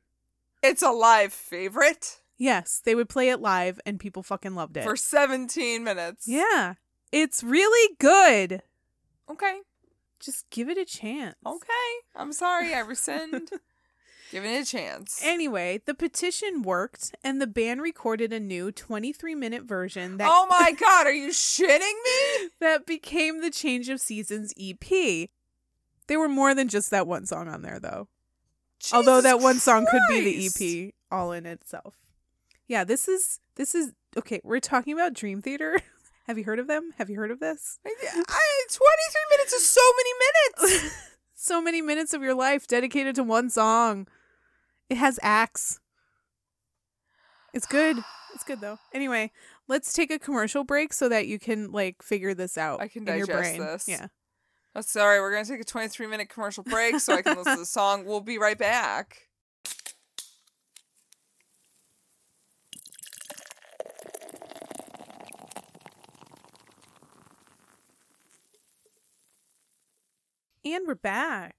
It's a live favorite
Yes, they would play it live and people fucking loved it.
for 17 minutes.
yeah, it's really good.
Okay.
Just give it a chance.
Okay. I'm sorry. I
(laughs)
rescind. Giving it a chance.
Anyway, the petition worked and the band recorded a new 23 minute version that
oh my god, are you shitting me?
that became the Change of Seasons EP. There were more than just that one song on there, though. Although
Jesus
that one song could be
Christ.
the E EP all in itself. Yeah, this is this is okay. We're talking about Dream Theater. (laughs) Have you heard of them? Have you heard of this?
I, I- 23 minutes is so many minutes.
(laughs) So many minutes of your life dedicated to one song. It has acts. It's good. It's good though. Anyway, let's take a commercial break so that you can like figure this out.
I can
in your
digest
brain.
this.
Yeah.
Oh, sorry, we're going to take a 23 minute commercial break so I can listen to the song. We'll be right back.
And we're back.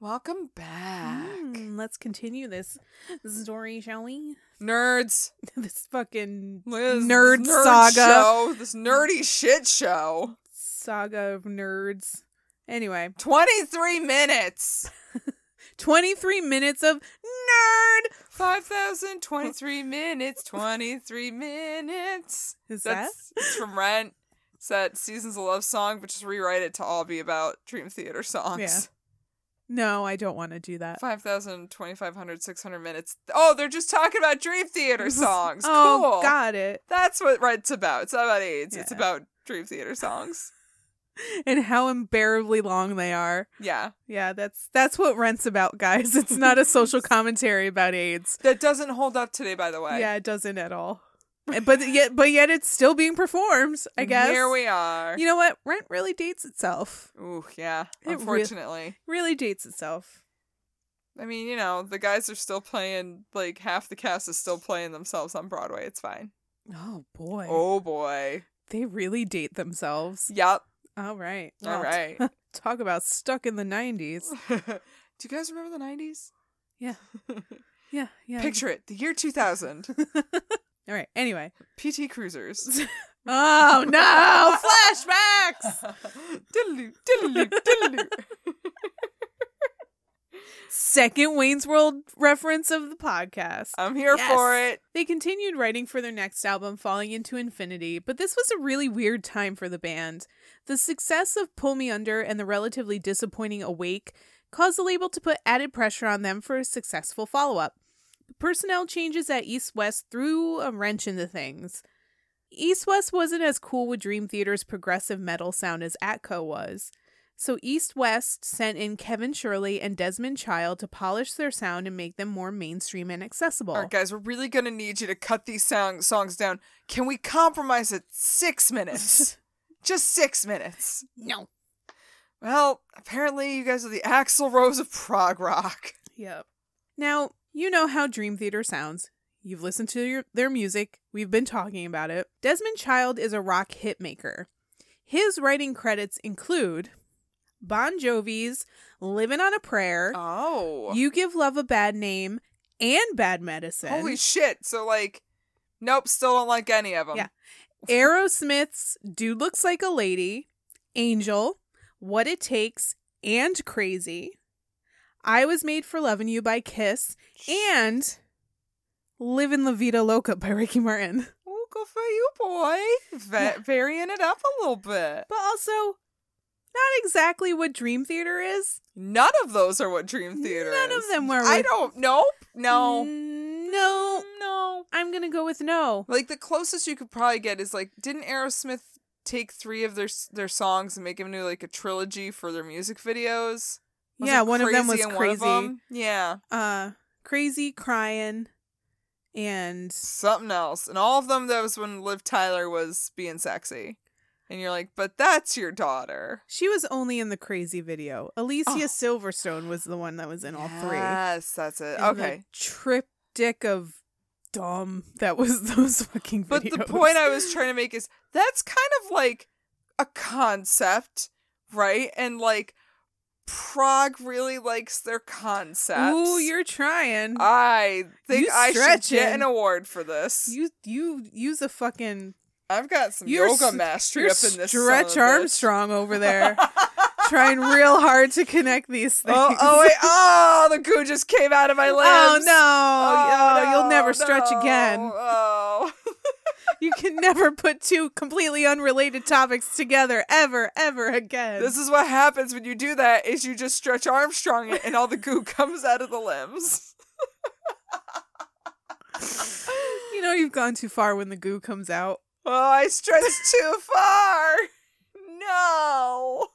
Welcome back.
Mm, let's continue this story, shall we? (laughs)
Nerds.
this fucking
Liz,
Nerd
this nerd
saga.
Show, this nerdy shit show.
saga of nerds. Anyway,
23 minutes.
23 minutes of nerd.
5,023 minutes. 23 minutes.
Is
That's it's from Rent. It's that Seasons of Love song, but just rewrite it to all be about Dream Theater songs.
Yeah. that? No, I don't want to do that.
5,000, 2,500, 600 minutes. Oh, they're just talking about Dream
(laughs)
Theater songs.
oh,
cool.
got it.
That's what Rent's about. It's not about AIDS. It's
Yeah.
about Dream Theater songs.
(laughs) And how unbearably long they are.
Yeah.
Yeah, that's that's what rent's about, guys. It's not
(laughs)
a social commentary about AIDS.
That doesn't hold up today, by the way.
Yeah, it doesn't at all. But yet, but yet, it's still being performed. I guess.
Here we are.
You know what? Rent really dates itself.
Ooh, yeah.
re-
Unfortunately.
Really dates itself.
I mean, you know, the guys are still playing, like, half the cast is still playing themselves on Broadway. It's fine.
Oh boy.
Oh, boy.
They really date themselves.
Yep.
All right.
All (laughs)
(laughs)
right.
Talk about stuck in the 90s.
Do you guys remember the 90s?
Yeah. Yeah. Yeah.
Picture it. The year
(laughs)
2000.
All right. Anyway.
PT
(laughs)
Cruisers. (laughs)
Oh, no.
(laughs)
Flashbacks.
diddle-doo, diddle-doo,
(laughs)
diddle-doo.
Second Wayne's World reference of the podcast.
I'm here
Yes.
for it.
They continued writing for their next album, Falling Into Infinity, but this was a really weird time for the band. The success of Pull Me Under and the relatively disappointing Awake caused the label to put added pressure on them for a successful follow up. Personnel changes at East West threw a wrench into things. East West wasn't as cool with Dream Theater's progressive metal sound as Atco was. So East West sent in Kevin Shirley and Desmond Child to polish their sound and make them more mainstream and accessible.
All right, guys, we're really going to need you to cut these song- songs down. Can we compromise at six
(laughs)
minutes? Just six minutes.
No.
Well, apparently you guys are the Axl Rose of prog rock.
Yep. Now, you know how Dream Theater sounds. You've listened to your, their music. We've been talking about it. Desmond Child is a rock hit maker. His writing credits include Bon Jovi's Living on a Prayer,
Oh.
You Give Love a Bad Name, and Bad Medicine.
Holy shit. So, like, nope, still don't like any of them.
Yeah. Aerosmith's Dude Looks Like a Lady, Angel, What It Takes, and Crazy. I Was Made for Loving You by Kiss, and Live in La Vida Loca by Ricky Martin.
Oh, good for you, boy. Va-
Yeah.
Varying it up a little bit.
But also, not exactly what Dream Theater is.
None of those are what Dream Theater
None of
is.
them were.
I
with- Mm,
don't. Nope. No.
No.
No.
I'm going to go with no.
Like the closest you could probably get is like, didn't Aerosmith take three of their s- their songs and make them into like a trilogy for their music videos? Wasn't
yeah, one of them was
Crazy and one of
crazy.
them- Yeah,
Uh, crazy, crying, and
something else, and all of them. That was when Liv Tyler was being sexy, and you're like, but that's your daughter.
She was only in the crazy video. Alicia
Oh.
Silverstone was the one that was in all three.
Yes, that's it.
And the
okay.
triptych of dumb that was (laughs) those fucking videos.
But the point I was trying to make is that's kind of like a concept, right? And like Prague really likes their concepts.
Ooh, you're trying.
Uh, I think
You
I should get
stretching.
an award for this.
you you use a fucking
I've got some
You're
yoga
s-
mastery
you're
up in this.
stretch
son of a bitch. (laughs)
Armstrong over there, trying real hard to connect these things.
Oh, oh
(laughs)
wait! Oh, the goo just came out of my limbs.
Oh, no! Oh, no,
no,
you'll never stretch
no.
again.
Oh,
You can never put two completely unrelated topics together ever, ever again.
this is what happens when you do that: is you just stretch Armstrong it, and all the goo (laughs) comes out of the limbs.
you know you've gone too far when the goo comes out.
Oh, I stretched too far. No.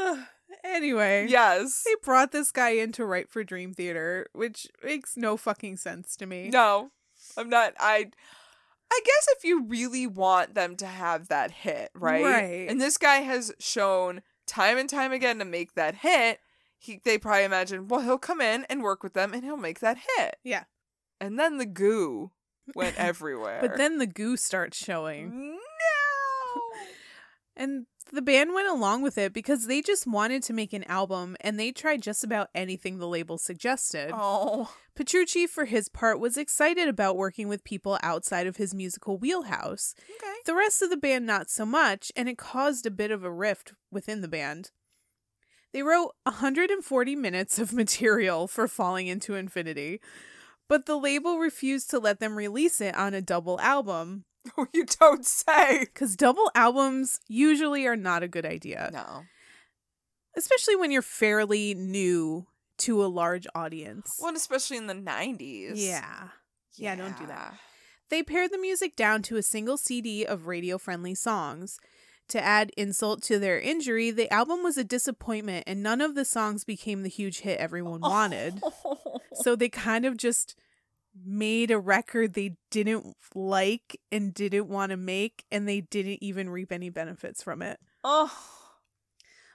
Ugh. anyway,
Yes.
they brought this guy in to write for Dream Theater, which makes no fucking sense to me.
No. I'm not I I guess if you really want them to have that hit, right?
Right.
And this guy has shown time and time again to make that hit, he they probably imagine, well, he'll come in and work with them and he'll make that hit.
Yeah.
And then the goo went
(laughs)
everywhere.
But then the goo starts showing,
No.
(laughs) and the band went along with it because they just wanted to make an album, and they tried just about anything the label suggested.
Oh.
Petrucci, for his part, was excited about working with people outside of his musical wheelhouse.
Okay. (laughs)
The rest of the band, not so much, and it caused a bit of a rift within the band. They wrote 140 minutes of material for Falling Into Infinity, but the label refused to let them release it on a double album
you don't say.
because double albums usually are not a good idea,
No.
especially when you're fairly new to a large audience.
Well, and especially in the 90s.
yeah. Yeah, don't do that.
Yeah.
They pared the music down to a single CD of radio friendly songs. To add insult to their injury, the album was a disappointment and none of the songs became the huge hit
(laughs)
everyone wanted. So they kind of just made a record they didn't like and didn't want to make, and they didn't even reap any benefits from it.
Oh.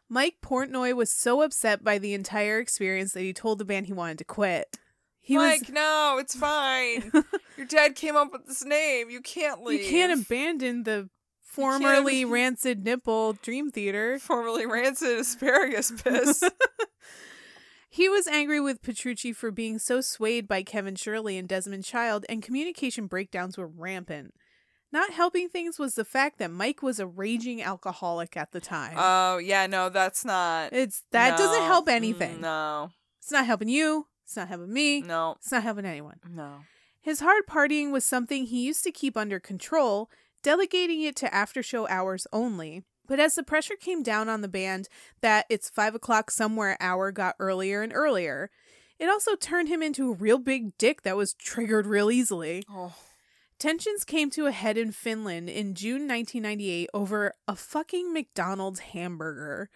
Mike Portnoy was so upset by the entire experience that he told the band he wanted to quit. He
like,
was.
no, it's
(laughs)
fine. Your dad came up with this name. You can't leave.
You can't abandon the formerly rancid nipple dream theater.
Formerly rancid
(laughs)
asparagus piss.
He was angry with Petrucci for being so swayed by Kevin Shirley and Desmond Child, and communication breakdowns were rampant. Not helping things was the fact that Mike was a raging alcoholic at the time.
oh yeah, no, that's not.
it's that doesn't
no,
help
mm,
anything.
No,
It's not helping you. It's not helping me.
no,
It's not helping anyone.
no.
His hard partying was something he used to keep under control, delegating it to after show hours only. But as the pressure came down on the band that its five o'clock somewhere hour got earlier and earlier, it also turned him into a real big dick that was triggered real easily.
Oh,
Tensions came to a head in Finland in June 1998 over a fucking McDonald's hamburger.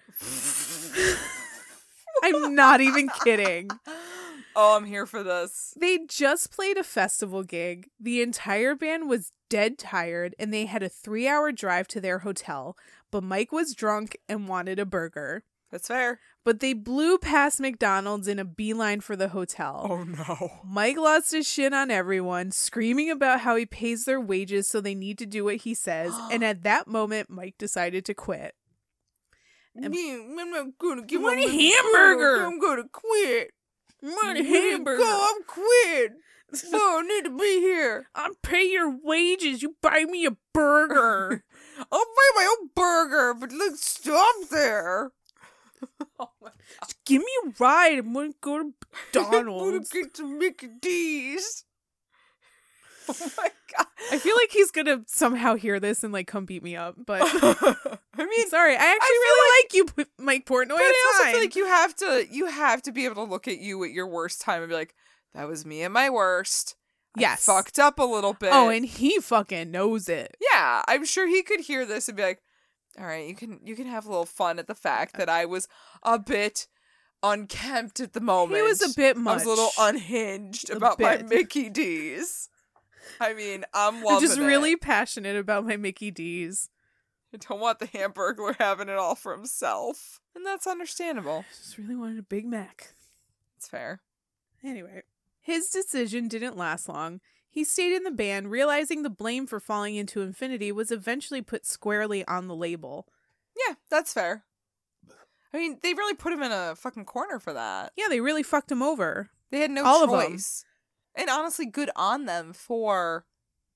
I'm not even kidding.
(laughs) oh, I'm here for this.
They just played a festival gig. The entire band was dead tired and they had a three hour drive to their hotel, but Mike was drunk and wanted a burger.
That's fair.
But they blew past McDonald's in a beeline for the hotel.
no.
Mike lost his shit on everyone, screaming about how he pays their wages so they need to do what he (gasps) says. and at that moment, Mike decided to quit. And-
I'm not gonna give
want
up
a
my
hamburger.
I'm gonna quit.
Money
Let it Go, I'm quit.
(laughs)
No, I need to be here.
I pay your wages. You buy me a (laughs) burger.
I'll buy my own burger, but let's stop there. oh my
Give me a ride. I'm gonna go (laughs) to
(laughs)
McDonald's.
I'm gonna get some Mickey D's. (laughs) Oh my (laughs)
I feel like he's gonna somehow hear this and like come beat me up. But
god. (laughs) I mean,
sorry, I actually really like, you, P- Mike Portnoy.
but I
It's
also
fine.
feel like you have to you have to be able to look at you at your worst time and be like, that was me at my worst. I
yes.
fucked up a little bit.
Oh, and he fucking knows it.
yeah, I'm sure he could hear this and be like, all right, you can you can have a little fun at the fact that I was a bit unkempt at the moment.
He was a bit
Oh, I
much.
was a little unhinged
A
about my
bit.
Mickey D's. I mean, I'm
I'm
loving
just
it.
really passionate about my Mickey D's.
I don't want the Hamburglar having it all for himself. And that's understandable.
Just really wanted a Big Mac.
It's fair.
Anyway, his decision didn't last long. He stayed in the band, realizing the blame for falling into infinity was eventually put squarely on the label.
Yeah, that's fair. I mean, they really put him in a fucking corner for that.
Yeah, they really fucked him over.
They had no
All of 'em.
choice. And honestly, good on them for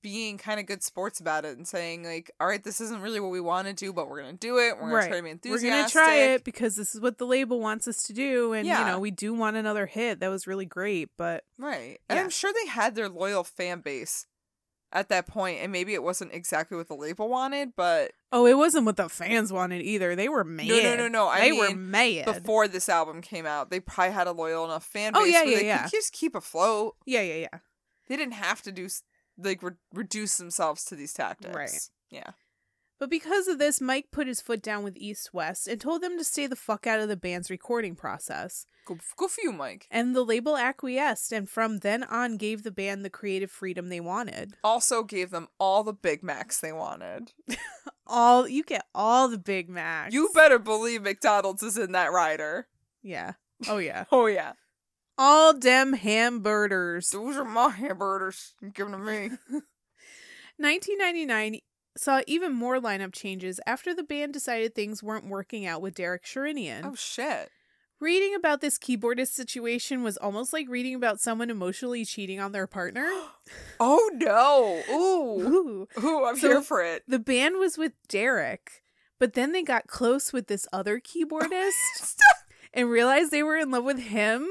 being kind of good sports about it and saying, like, all right, this isn't really what we want to do, but we're going to do it. We're going
Right.
to try to be
We're
enthusiastic.
gonna try it because this is what the label wants us to do, and you
Yeah.
know we do want another hit. That was really great, but
Right. And
Yeah.
I'm sure they had their loyal fan base at that point, and maybe it wasn't exactly what the label wanted, but
oh, it wasn't what the fans wanted either. They were mad.
no, no, no, no. I
they
mean,
were mad.
before this album came out, they probably had a loyal enough fan base
Oh, yeah,
where
yeah,
they
yeah.
could just keep afloat.
yeah, yeah, yeah.
They didn't have to do s- like re- reduce themselves to these tactics.
Right.
Yeah.
But because of this, Mike put his foot down with East West and told them to stay the fuck out of the band's recording process.
Go, go for you, Mike.
And the label acquiesced, and from then on, gave the band the creative freedom they wanted.
Also gave them all the Big Macs they wanted.
All you get, all the Big Macs.
You better believe McDonald's is in that rider.
Yeah. Oh yeah.
Oh yeah,
all them hamburgers.
those are my hamburgers. You give 'em to
(laughs)
me.
1999 saw even more lineup changes after the band decided things weren't working out with Derek Sherinian.
oh shit.
Reading about this keyboardist situation was almost like reading about someone emotionally cheating on
(gasps)
their partner.
Oh no. Ooh.
Ooh.
Ooh. I'm
So-
here for it.
The band was with Derek, but then they got close with this
(laughs)
other keyboardist and realized they were in love with him,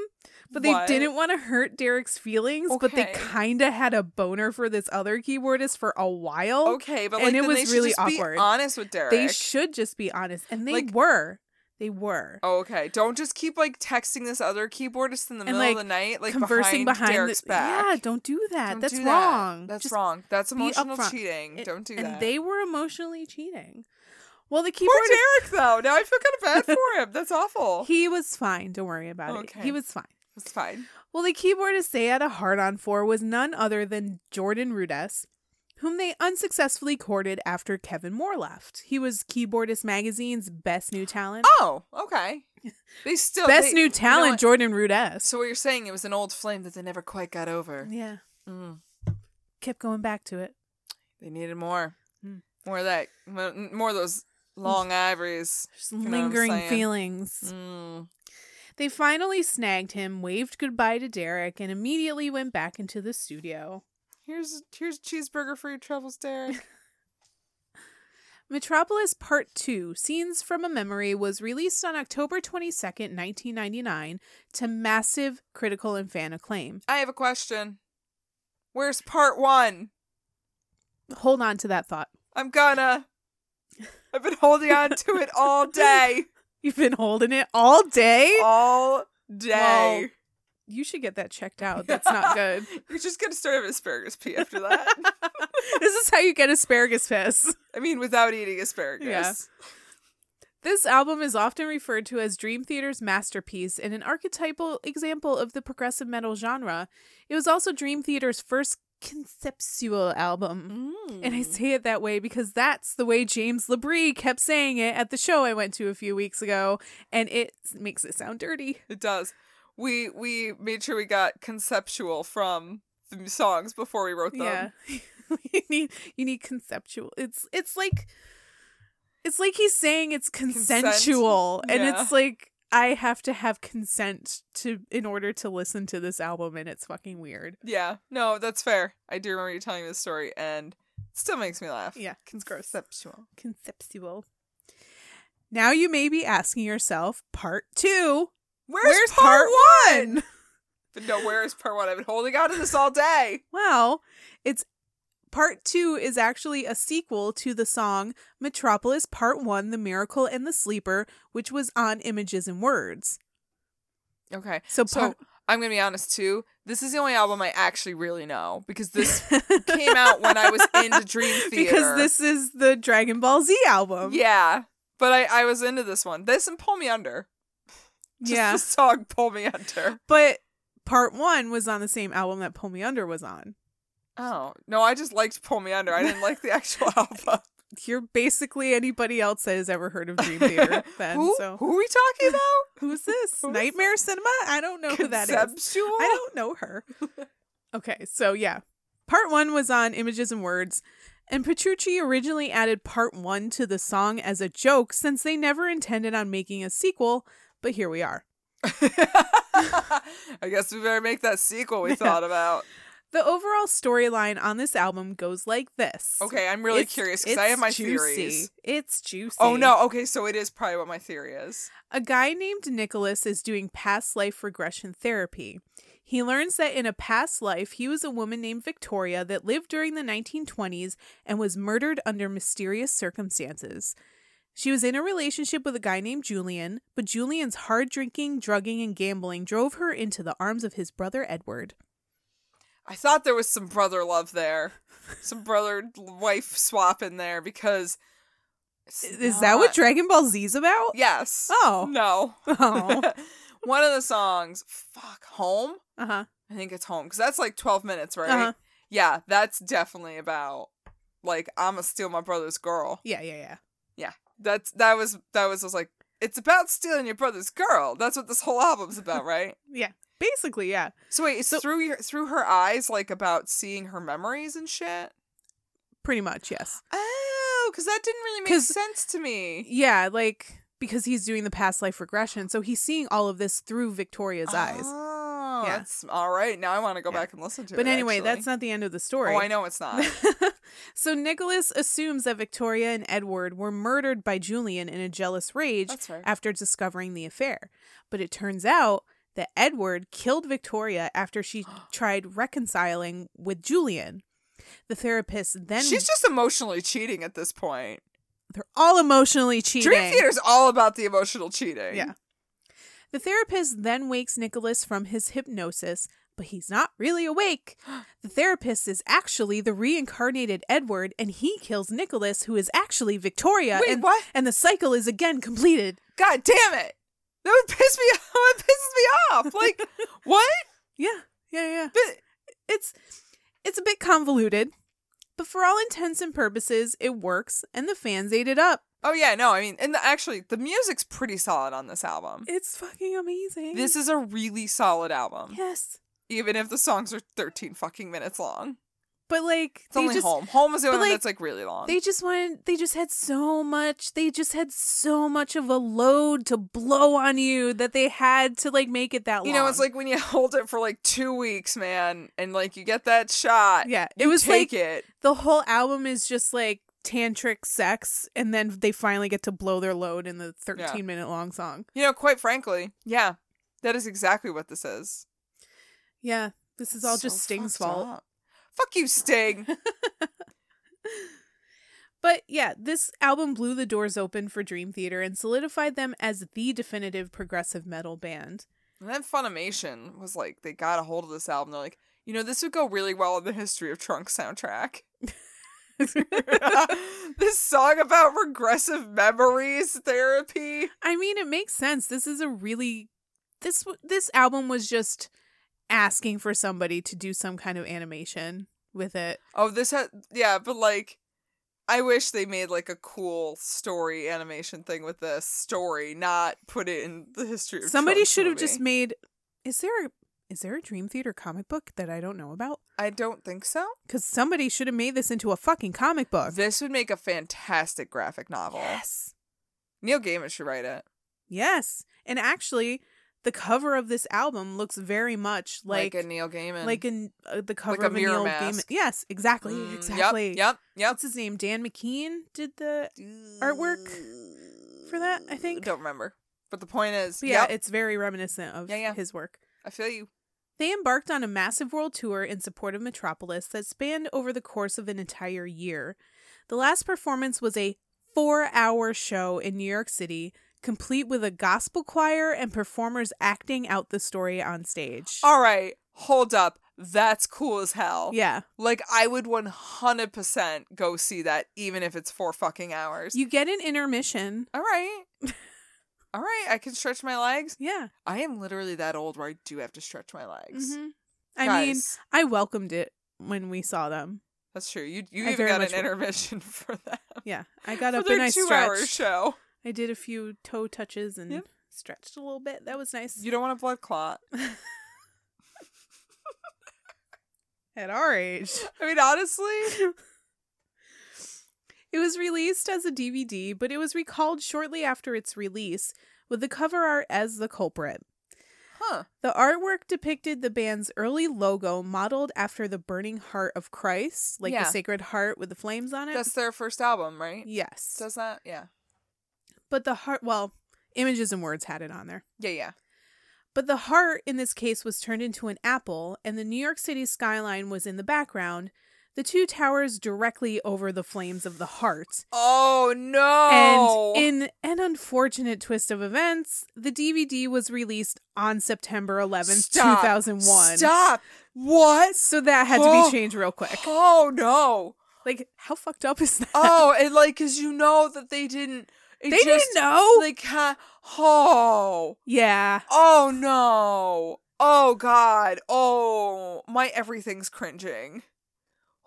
but they
What?
didn't want to hurt Derek's feelings, but they
Okay.
kind of had a boner for this other keyboardist for a while.
Okay, but
And
like
it
then
was
they should
really
just
awkward.
Be honest with Derek.
They should just be honest, and they
Like-
were. They were.
Oh, okay. Don't just keep like texting this other keyboardist in the
And,
middle
like,
of the night, like
Conversing behind,
Derek's
the,
back.
yeah, don't do that.
Don't
That's
do that.
wrong.
That's
Just-
wrong. That's
be
emotional
upfront.
cheating.
It-
don't do that.
And they were emotionally cheating. Well, the
Poor
keyboardist
Derek though. Now I feel kind
(laughs)
of bad for him. That's awful.
he was fine. Don't worry about it. He
Okay.
was fine.
It's
(laughs)
fine.
Well, the keyboardist they had a hard on for was none other than Jordan Rudess, whom they unsuccessfully courted after Kevin Moore left. He was Keyboardist Magazine's best new talent.
Oh, okay. They still
best
they-
new
you know
talent,
what?
Jordan Rudess.
so what you're saying? It was an old flame that they never quite got over.
yeah,
Mm.
kept going back to it.
They needed more.
Mm.
More of that, m- more of those long ivories.
Just
know what I'm
lingering
saying.
feelings.
Mm.
They finally snagged him, waved goodbye to Derek, and immediately went back into the studio.
Here's here's a cheeseburger for your troubles, Derek.
Metropolis Part 2 Scenes from a Memory was released on October 22nd, 1999, to massive critical and fan acclaim.
(laughs) I have a question. Where's part one?
Hold on to that thought. (laughs)
I'm gonna. I've been holding on to it all (laughs) day.
You've been holding it all day?
All day.
You should get that
(laughs)
checked out. That's not good.
You're just gonna start having asparagus pee after (laughs) that.
this is how you get asparagus piss.
I mean, without eating asparagus.
Yeah. This album is often referred to as Dream Theater's masterpiece and an archetypal example of the progressive metal genre. It was also Dream Theater's first conceptual album. And
Mm.
I say it that way because that's the way James Labrie kept saying it at the show I went to a few weeks ago, and it s- makes it sound dirty.
It does. We we made sure we got conceptual from the songs before we wrote them.
Yeah, (laughs) you need you need conceptual. It's it's like it's like he's saying it's
Consent.
consensual, and
Yeah.
it's like I have to have consent to in order to listen to this album, and it's fucking weird.
Yeah. No, that's fair. I do remember you telling me this story, and it still makes me laugh.
Yeah, it's gross.
Conceptual.
Conceptual. Now you may be asking yourself, part two.
Where's,
Where's
part,
part
one? But no, where is part one? I've been holding on to this all day.
Well, it's part two is actually a sequel to the song Metropolis Part One The Miracle and the Sleeper, which was on Images and Words.
Okay.
So,
So
part-
I'm gonna be honest too. This is the only album I actually really know
(laughs)
because (laughs) this came out when I was into Dream Theater.
Because this is the Dragon Ball Z album.
Yeah. But I, I was into this one. This and Pull Me Under. Just
Yeah.
the song Pull Me
(laughs)
Under.
But part one was on the same album that Pull Me Under was on.
Oh. No, I just liked Pull Me Under. I didn't like the
(laughs)
actual album.
You're basically anybody else that has ever heard
(laughs)
of Dream Theater then.
who,
So
who are we
(laughs)
talking about?
who's this?
who is
Nightmare Cinema? I don't know who that is.
Conceptual?
I don't know her. okay, so yeah. Part one was on Images and Words, and Petrucci originally added part one to the song as a joke since they never intended on making a sequel, but here we are.
(laughs) I guess we better make that sequel we
(laughs)
thought about.
The overall storyline on this album goes like this.
Okay, I'm really
It's-
curious because
it's
I have my
juicy.
theories.
It's juicy.
Oh no, okay, so it is probably what my theory is.
A guy named Nicholas is doing past life regression therapy. He learns that in a past life, he was a woman named Victoria that lived during the 1920s and was murdered under mysterious circumstances. She was in a relationship with a guy named Julian, but Julian's hard drinking, drugging, and gambling drove her into the arms of his brother Edward.
I thought there was some brother love there,
(laughs)
some brother wife swap in there because it's
Is that what
not-
Dragon Ball
(laughs)
Z's about?
yes.
Oh.
No.
Oh.
(laughs) One of the songs, fuck, home.
Uh huh.
I think it's home because that's like twelve minutes, right?
Uh-huh.
Yeah, that's definitely about like I'ma steal my brother's girl.
Yeah, yeah, yeah.
That's that was that was just like it's about stealing your brother's girl. That's what this whole album's about, right?
Basically, yeah.
So wait, it's
So-
through your through her eyes, like about seeing her memories and shit.
Pretty much, yes.
Oh, because that didn't really make
'Cause-
sense to me.
Yeah, like because he's doing the past life regression, so he's seeing all of this through Victoria's eyes.
Oh,
Yeah.
that's all right. Now I want to go
Yeah.
back and listen to it.
But anyway, that's
actually.
not the end of the story.
Oh, I know it's not.
(laughs) so Nicholas assumes that Victoria and Edward were murdered by Julian in a jealous rage
that's fair.
after discovering the affair. But it turns out that Edward killed Victoria
(gasps)
after she tried reconciling with Julian. The therapist then
She's just emotionally cheating at this point.
they're all emotionally cheating.
Dream Theater's all about the emotional cheating.
Yeah. The therapist then wakes Nicholas from his hypnosis, but he's not really awake. (gasps) The therapist is actually the reincarnated Edward, and he kills Nicholas, who is actually Victoria.
Wait,
and,
what?
and the cycle is again completed.
God damn it! That would piss me (laughs) off. It pisses me off. Like what?
Yeah, yeah, yeah.
But
It's it's a bit convoluted, but for all intents and purposes, it works, and the fans ate it up.
oh yeah, no. I mean, and the, actually, the music's pretty solid on this album.
It's fucking amazing.
This is a really solid album,
yes.
even if the songs are 13 fucking minutes long.
But like
It's
they
only
just
home. Home is the
but,
only one
like,
that's like really long.
they just wanted they just had so much they just had so much of a load to blow on you that they had to like make it that
you
long.
know, it's like when you (laughs) hold it for like two weeks, man, and like you get that shot.
Yeah, it
you
was
take
like
it.
the whole album is just like tantric sex and then they finally get to blow their load in the 13 minute long song.
You know, quite frankly, yeah, that is exactly what this is.
Yeah, this is all
So
just Sting's
fucked
fault.
up. Fuck you,
(laughs)
Sting.
But yeah, this album blew the doors open for Dream Theater and solidified them as the definitive progressive metal band.
And then Funimation was like, they got a hold of this album. They're like, you know, this would go really well in the history of Trunk
(laughs)
soundtrack. (laughs) this song about regressive memories therapy.
I mean, it makes sense. This is a really this w- this album was just asking for somebody to do some kind of animation with it.
Oh, this had yeah, but like, I wish they made like a cool story animation thing with this story, not put it in the history. of
Somebody
Trunks
should have
movie.
just made Is there a, is there a Dream Theater comic book that I don't know about?
I don't think so.
Cuz somebody should have made this into a fucking comic book.
This would make a fantastic graphic novel.
Yes.
Neil Gaiman should write it.
Yes. And actually, the cover of this album looks very much
Like,
like
a Neil Gaiman.
like in uh, the cover
a
of a
mirror
Neil Gaiman.
mask.
Yes, exactly,
Mm, yep,
exactly.
Yep. Yep.
What's his name? Dan McKean did the artwork for that, I think.
Don't remember. But the point is,
But yeah,
yeah,
it's very reminiscent of
Yeah, yeah.
his work.
I feel you.
They embarked on a massive world tour in support of Metropolis that spanned over the course of an entire year. The last performance was a four hour show in New York City, complete with a gospel choir and performers acting out the story on stage.
All right, hold up. That's cool as hell.
yeah.
Like I would 100% go see that even if it's 4 fucking hours.
You get an intermission.
All right. (laughs) All right, I can stretch my legs.
Yeah.
I am literally that old where I do have to stretch my legs.
hmm I mean,
Guys,
I welcomed it when we saw them.
that's true. You you
I
even
very
got an
much would.
intermission (laughs) for them.
Yeah,
(laughs)
I (laughs) got
for
up
their
and I
two
stretched.
hour
(laughs)
show.
I did a few toe touches and
Yep.
stretched a little bit. That was nice.
You don't want a blood clot.
At our age,
I mean, honestly,
(laughs) it was released as a DVD, but it was recalled shortly after its release, with the cover art as the culprit.
huh?
The artwork depicted the band's early logo, modeled after the burning heart of Christ, like
Yeah.
the Sacred Heart with the flames on it.
That's their first album, right?
yes,
Does that? Yeah.
but the heart. Well, images and words had it on there.
Yeah, yeah.
But the heart in this case was turned into an apple, and the New York City skyline was in the background, the two towers directly over the flames of the heart.
Oh no!
And in an unfortunate twist of events, the DVD was released on September 11th,
Stop.
2001.
Stop! What?
So that had to
Oh.
be changed real quick.
Oh no!
Like, how fucked up is that? (laughs)
Oh, and like, cause you know that they didn't. It
they
just,
didn't know.
Like, huh? oh,
yeah.
oh no! Oh god! Oh, my everything's cringing.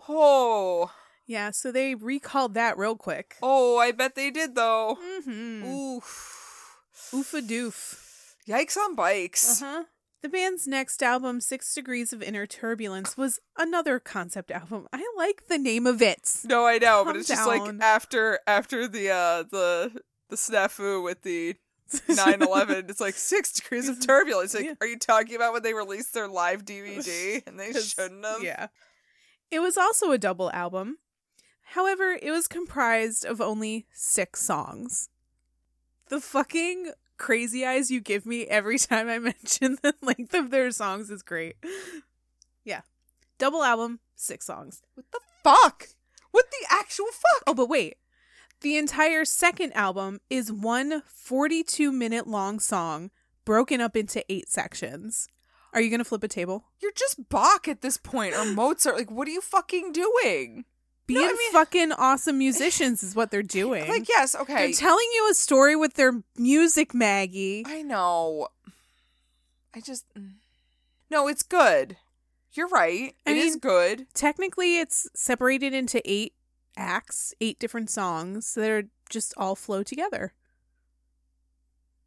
Oh,
Yeah, so they recalled that real quick.
oh! I bet they did though.
Mm-hmm.
Oof!
Oof a doof.
Yikes on bikes!
Uh-huh. The band's next album, Six Degrees of Inner Turbulence, was another concept album. I like the name of it. (laughs)
No, I know, but
Calm
it's just like
down.
after after the uh the the snafu with the 9-11 it's like six degrees
(laughs)
of turbulence like
Yeah.
are you talking about when they released their live
(laughs)
dvd and they
'Cause-
shouldn't have
Yeah. It was also a double album. However, it was comprised of only six songs. The fucking crazy eyes you give me every (laughs) time I mention the length of their songs is great. Yeah. Double album, six songs.
fuck what the actual fuck
Oh, but wait. The entire second album is one 42 minute long song broken up into eight sections. Are you going to flip a table?
you're just bach at this point or mozart like what are you fucking doing
Being
I mean-
fucking awesome musicians is what they're
(laughs)
doing.
like yes okay
They're telling you a story with their music, Maggie.
i know i just mm. no it's good you're right
I
It is
mean-
good
Technically, it's separated into eight acts, eight different songs that are just all flow together.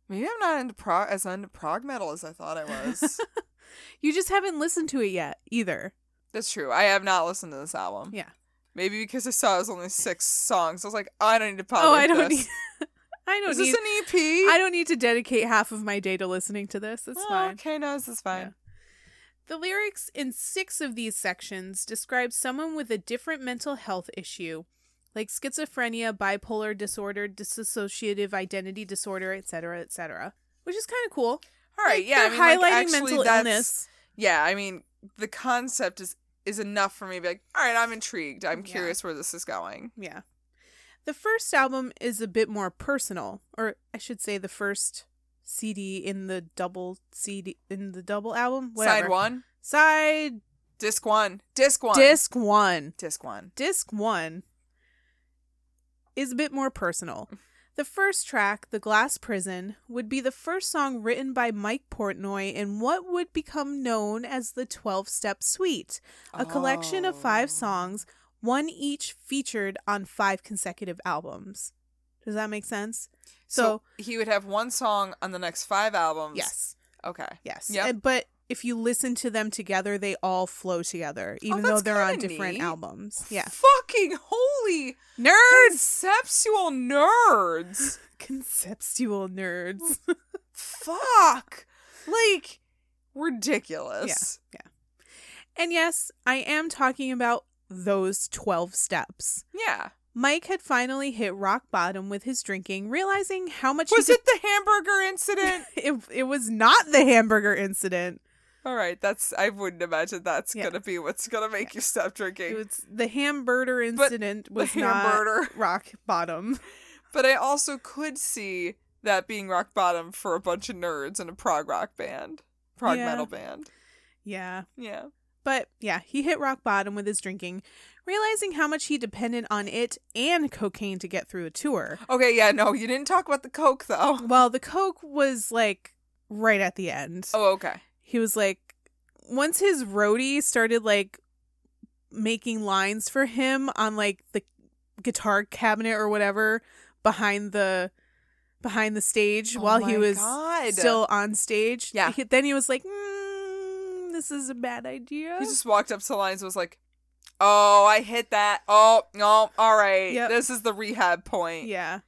maybe i'm not into prog
(laughs)
as into prog metal as i thought i was
You just haven't listened to it yet either.
That's true. I have not listened to this album.
Yeah.
Maybe because I saw it was only six songs. I was like, I don't need to pop.
oh, I don't need. (laughs) I don't
Is
need.
this an E EP?
I don't need to dedicate half of my day to listening to this. It's
Oh,
fine.
Okay, no, this is fine.
The lyrics in six of these sections describe someone with a different mental health issue, like schizophrenia, bipolar disorder, dissociative identity disorder, etc., etc., which is kind of cool.
All right,
Like,
yeah. I
they're
mean, like,
highlighting
actually,
mental
that's-
illness.
Yeah, I mean, the concept is is enough for me to be like, all right, I'm intrigued. I'm
Yeah.
curious where this is going.
Yeah. The first album is a bit more personal, or I should say, the first CD in the double CD in the double album. Whatever.
Side one,
Side
disc one, disc one,
disc one.
disc one.
disc one is a bit more personal. The first track, The Glass Prison, would be the first song written by Mike Portnoy in what would become known as the 12 Step Suite, a collection of five
Oh.
songs, one each featured on five consecutive albums. Does that make sense? So,
he would have one song on the next five albums.
yes,
Okay.
yes.
Yep.
And- But if you listen to them together, they all flow together, even though
Oh, that's
they're on
kinda
different
neat.
albums.
(laughs)
Yeah.
Fucking holy
Nerds!
conceptual nerds.
Conceptual nerds.
Fuck. Like ridiculous.
And yes, I am talking about those 12 steps.
Yeah.
Mike had finally hit rock bottom with his drinking, realizing how much
Was
he
it the hamburger incident?
did- (laughs) it, it was not the hamburger incident.
All right, that's I wouldn't imagine that's
Yeah.
gonna be what's gonna make you stop
It
drinking. (laughs)
was the hamburger
But
incident was
the
not
hamburger.
rock bottom. (laughs)
But I also could see that being rock bottom for a bunch of nerds in a prog rock band, prog
Yeah.
metal band.
Yeah.
Yeah.
But yeah, he hit rock bottom with his drinking, realizing how much he depended on it and cocaine to get through a tour.
Okay. Yeah. No, you didn't talk about the coke though. (laughs)
Well, the coke was like right at the end.
Oh, okay.
he was like once his roadie started like making lines for him on like the guitar cabinet or whatever behind the behind the stage while he
Oh my
was
God.
still on stage
Yeah.
he- then he was like mm, this is a bad idea
He just walked up to lines and was like, "Oh, I hit that. Oh, no, all right.
Yep.
This is the rehab point."
yeah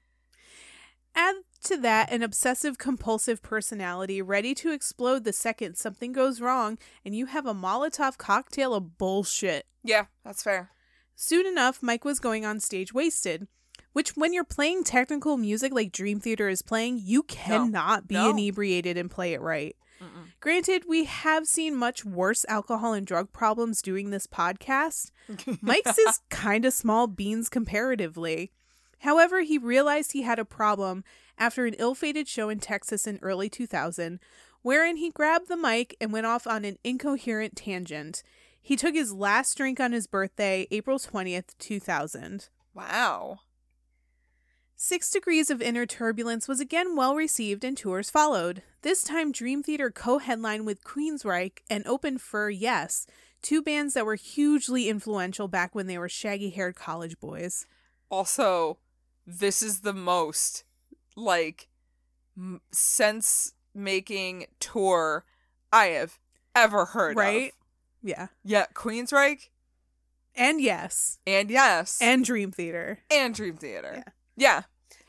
add to that an obsessive compulsive personality ready to explode the second something goes wrong and you have a molotov cocktail of bullshit
Yeah, that's fair.
Soon enough, Mike was going on stage wasted, which, when you're playing technical music like Dream Theater is playing, you cannot be
No.
inebriated and play it right. Granted, we have seen much worse alcohol and drug problems doing this podcast. Mike's is kind of small beans comparatively. However, he realized he had a problem after an ill fated show in Texas in early 2000, wherein he grabbed the mic and went off on an incoherent tangent. He took his last drink on his birthday, April 20th, 2000.
Wow.
Six Degrees of Inner Turbulence was again well received and tours followed. This time, Dream Theater co headlined with Queensryche and opened for Yes, two bands that were hugely influential back when they were shaggy haired college boys.
Also, this is the most like m- sense making tour I have ever heard. of.
Right? Yeah.
Yeah, Queensryche
And Yes.
and yes,
And Dream Theater.
and Dream Theater. Yeah.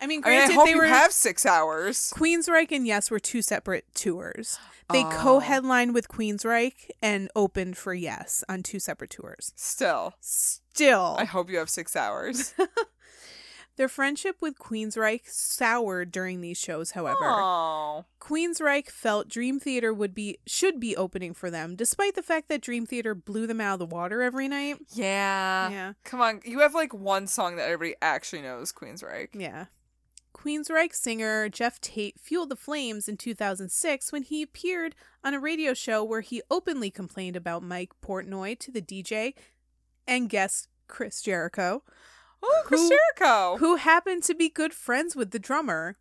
I mean,
I mean,
granted,
I hope
they
you
were.
have six hours.
Queensryche and Yes were two separate tours. They
Oh.
co headlined with Queensryche and opened for Yes on two separate tours.
Still,
Still.
I hope you have six
(laughs)
hours.
Their friendship with Queensryche soured during these shows, however.
Oh,
Queensryche felt Dream Theater would be should be opening for them, despite the fact that Dream Theater blew them out of the water every night.
yeah.
yeah.
Come on, you have like one song that everybody actually knows, Queensryche.
Yeah. Queensryche singer Jeff Tate fueled the flames in 2006 when he appeared on a radio show where he openly complained about Mike Portnoy to the DJ and guest Chris Jericho.
Oh, Chris
Who-
Jericho.
who happened to be good friends with the drummer.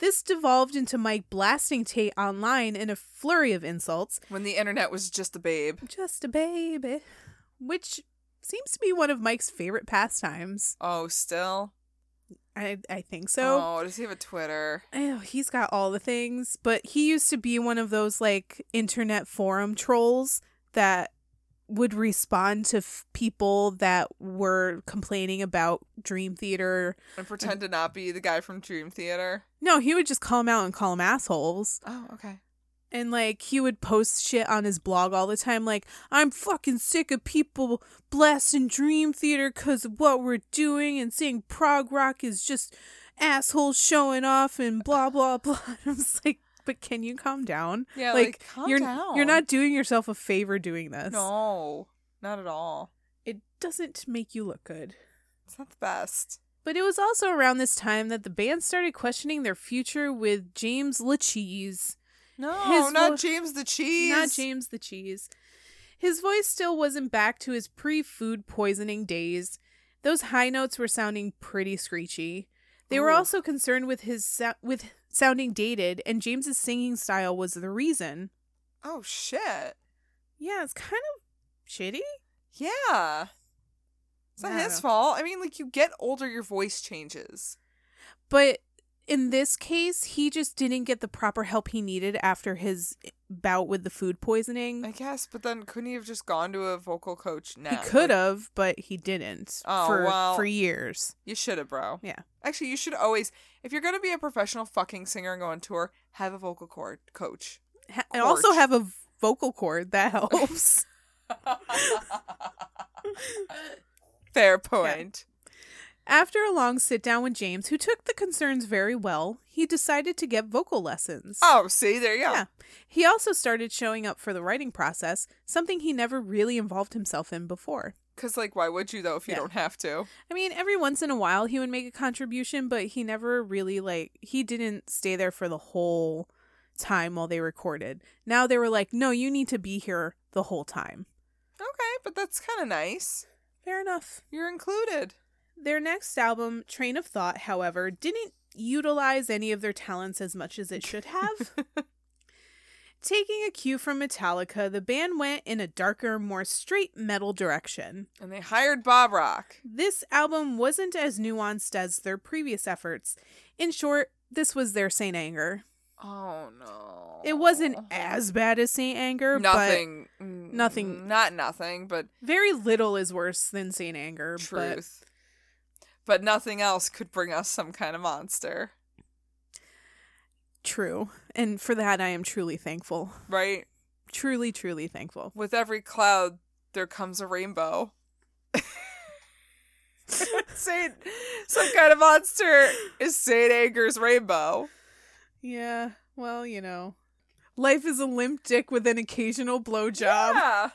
This devolved into Mike blasting Tate online in a flurry of insults.
when the internet was just a babe.
Just a baby. Which seems to be one of Mike's favorite pastimes.
Oh, still.
I, I think so.
oh, does he have a Twitter?
Oh, he's got all the things, but he used to be one of those like internet forum trolls that would respond to f- people that were complaining about Dream Theater.
and pretend to not be the guy from Dream Theater.
No, he would just call them out and call them assholes.
Oh, okay.
And like he would post shit on his blog all the time, like, I'm fucking sick of people blasting Dream Theater because of what we're doing and saying prog rock is just assholes showing off
(sighs)
and blah, blah, blah. (laughs) I'm just like, but can you calm down?
Yeah, like,
like,
calm
you're,
down.
You're not doing yourself a favor doing this.
No, not at all.
It doesn't make you look good.
It's not the best.
But it was also around this time that the band started questioning their future with James LaCheese.
No,
His
not
vo-
James the Cheese.
Not James the Cheese. His voice still wasn't back to his pre food poisoning days. Those high notes were sounding pretty screechy. They were
Ooh.
also concerned with his sou- with sounding dated, and James's singing style was the reason.
Oh shit.
Yeah, it's kind of shitty.
Yeah. It's not
Yeah.
his fault. I mean, like you get older, your voice changes.
But in this case, he just didn't get the proper help he needed after his bout with the food poisoning.
I guess, but then couldn't he have just gone to a vocal coach now?
He could have, but he didn't
Oh,
for
well.
for years.
You should have, bro.
Yeah.
Actually, you should always, if you're going to be a professional fucking singer and go on tour, have a vocal cord coach.
Ha- and also
Cords.
have a vocal cord that helps.
(laughs) Fair point.
After a long sit down with James, who took the concerns very well, he decided to get vocal lessons.
Oh, see, there you go.
Yeah. He also started showing up for the writing process, something he never really involved himself in before.
Because, like, why would you, though, if you
Yeah.
don't have to?
I mean, every once in a while he would make a contribution, but he never really like he didn't stay there for the whole time while they recorded. Now they were like, "No, you need to be here the whole time."
Okay, but that's kind of nice.
Fair enough.
You're included.
Their next album, Train of Thought, however, didn't utilize any of their talents as much as it
(laughs)
should have. Taking a cue from Metallica, the band went in a darker, more straight metal direction.
And they hired Bob Rock.
This album wasn't as nuanced as their previous efforts. In short, this was their Saint Anger.
Oh, no.
It wasn't as bad as Saint Anger,
Nothing. mm,
nothing-
Not nothing, but
but very little is worse than Saint Anger. But
truth. But nothing else could bring us some kind of monster,
true. And for that, I am truly thankful.
right?
Truly, truly thankful.
With every cloud, there comes a rainbow. (laughs) Saint, some kind of monster is Saint Anger's rainbow.
Yeah, well, you know. Life is a limp dick with an occasional blowjob.
Yeah.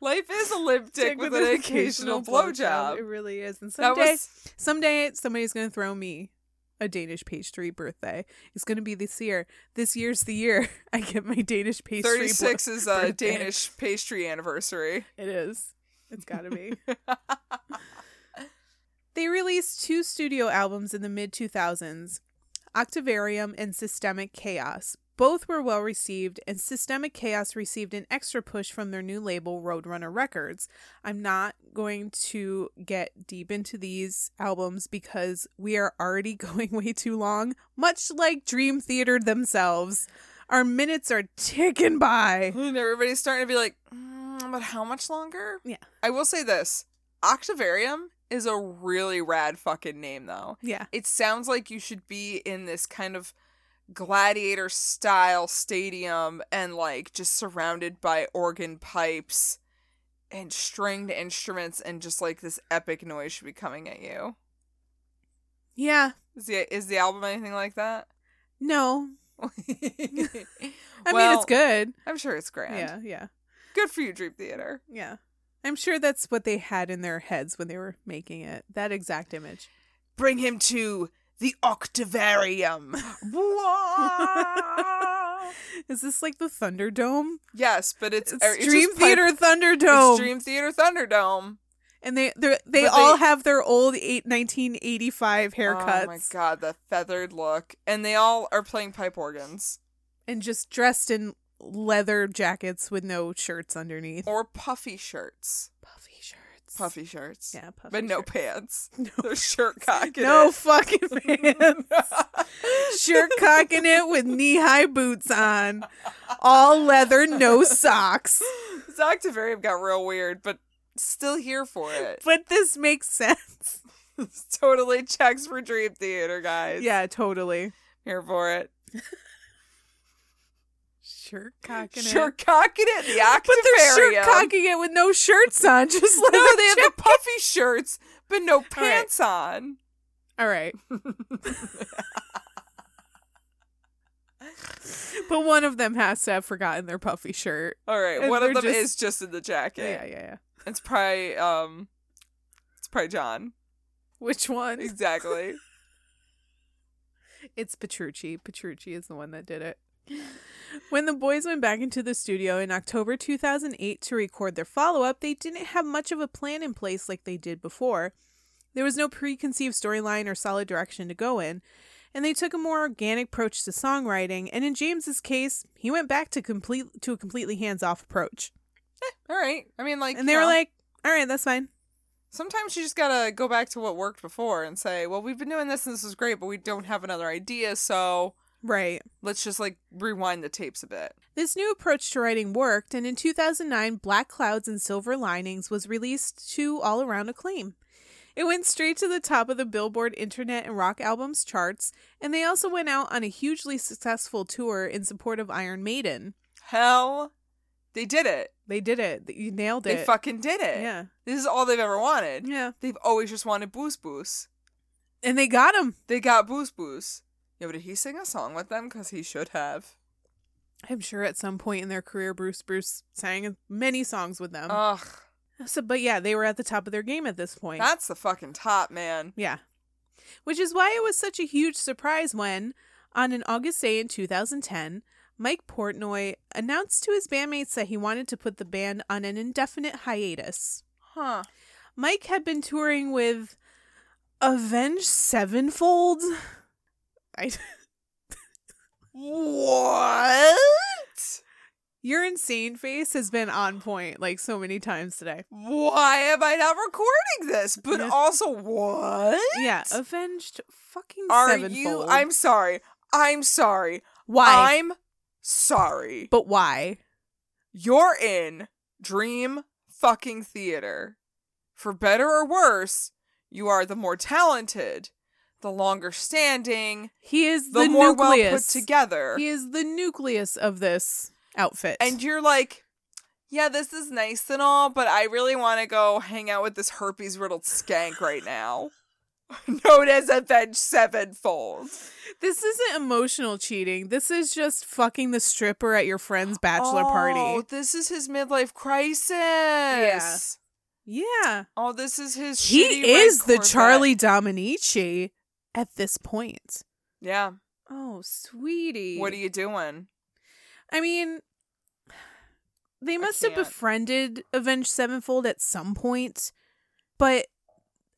Life is a limp dick with, an occasional
It
blowjob.
really is. And
That
someday,
was
someday somebody's going to throw me a Danish pastry birthday. It's going to be this year. This year's the year (laughs) I get my Danish pastry. blow-
36 is a
birthday.
Danish pastry anniversary.
It is. It's got to be. they released two studio albums in the mid 2000s Octavarium and Systemic Chaos. Both were well received, and Systemic Chaos received an extra push from their new label, Roadrunner Records. I'm not going to get deep into these albums because we are already (laughs) going way too long, much like Dream Theater themselves. Our minutes are ticking by.
(laughs) And everybody's starting to be like, mm, but how much longer?
Yeah.
I will say this Octavarium is a really rad fucking name, though.
Yeah.
It sounds like you should be in this kind of gladiator style stadium and like just surrounded by organ pipes and stringed instruments and just like this epic noise should be coming at you.
Yeah.
Is the is the album anything like (laughs) that?
No, I mean,
Well,
it's good.
I'm sure it's grand.
Yeah, yeah,
Good for you, Dream Theater.
yeah. I'm sure that's what they had in their heads when they were making it. That
(gasps)
exact image.
bring him to the (laughs) octavarium.
(laughs) Is this like the Thunderdome?
Ah. yes, but it's,
It's,
er, it's
Dream
just pipe-
Theater Thunderdome.
It's Dream Theater Thunderdome.
and they they're- they
But
all
they-
have their old eight, 1985 haircuts
Oh my god, the feathered look, and they all are playing pipe organs
and just dressed in leather jackets with no shirts underneath.
or puffy shirts.
Puffy shirts.
Puffy shirts.
Yeah, puffy.
But no
shirts.
pants.
(laughs) No.
They're shirt cock. in (laughs)
No
it.
fucking pants.
(laughs)
shirt cocking it with knee high boots on, all leather, no socks.
This Octavarium got real weird, but still here for
(laughs)
it. (laughs)
But this makes sense.
This totally checks for Dream Theater, guys.
Yeah, totally.
Here for it.
Shirt cocking
Sure cocking
(laughs)
it in the Octavarium.
But they're shirt cocking it with no shirts on, just like
No, they have the puffy shirts, but no pants on.
All
(laughs)
right. but one of them has to have forgotten their puffy shirt.
All right,
And
one of
they're
them
just-
is just in the jacket.
Yeah, yeah, yeah.
It's probably um, it's probably John.
Which one?
Exactly.
It's Petrucci. Petrucci is the one that did it. When the boys went back into the studio in October 2008 to record their follow up, they didn't have much of a plan in place like they did before. There was no preconceived storyline or solid direction to go in, and they took a more organic approach to songwriting, and in James's case, he went back to complete to a completely hands-off approach.
(laughs) All right. I mean, like,
And they
you
were
know,
like, "All right, that's fine."
sometimes you just gotta go back to what worked before and say, well, we've been doing this and this is great, but we don't have another idea, so
Right.
let's just like rewind the tapes a bit.
This new approach to writing worked, and in 2009, Black Clouds and Silver Linings was released to all around acclaim. It went straight to the top of the Billboard Internet and Rock Albums charts, and they also went out on a hugely successful tour in support of Iron Maiden.
Hell, they did it.
They did it. You nailed it.
They fucking did it.
Yeah.
This is all they've ever wanted.
Yeah.
They've always just wanted Boos Boos.
And they got him.
They got Boos Boos. Yeah, but did he sing a song with them? Because he should have.
I'm sure at some point in their career, Bruce Bruce sang many songs with them.
Ugh.
so, but yeah, they were at the top of their game at this point.
That's the fucking top, man.
Yeah. Which is why it was such a huge surprise when, on an August day in 2010, Mike Portnoy announced to his bandmates that he wanted to put the band on an indefinite hiatus.
Huh.
Mike had been touring with Avenged Sevenfold. I,
What?
your insane face has been on point like so many times today.
Why am I not recording this? But
Yeah.
also, what?
Yeah, Avenged fucking
Are
Sevenfold.
you? I'm sorry. I'm sorry.
why?
I'm sorry.
but why?
You're in Dream fucking theater. For better or worse, you are the more talented, the longer standing,
He is
the,
the,
more
nucleus.
well put together.
He is the nucleus of this outfit.
and you're like, yeah, this is nice and all, but I really want to go hang out with this herpes riddled skank right now. (laughs) Known as Avenged Sevenfold.
this isn't emotional cheating. This is just fucking the stripper at your friend's bachelor
Oh,
party.
this is his midlife crisis.
Yeah.
Oh, this is his. shitty red
He is the
Corvette.
Charlie Dominici at this point.
Yeah.
Oh, sweetie.
What are you doing?
I mean, they must have
can't.
befriended Avenged Sevenfold at some point, but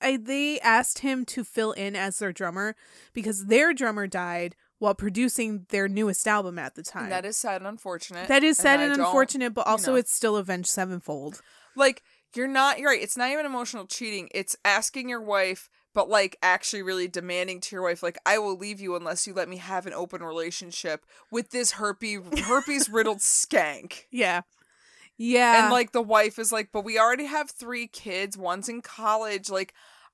I, they asked him to fill in as their drummer because their drummer died while producing their newest album at the time.
And that is sad and unfortunate.
That is sad
I
and,
don't-
unfortunate, but also
know.
it's still Avenged Sevenfold.
Like, you're not, you're right. It's not even emotional cheating. It's asking your wife, but like actually really demanding to your wife, like, I will leave you unless you let me have an open relationship with this herpy, herpes
(laughs)
riddled skank.
Yeah. Yeah.
And like the wife is like, but we already have three kids. One's in college. Like,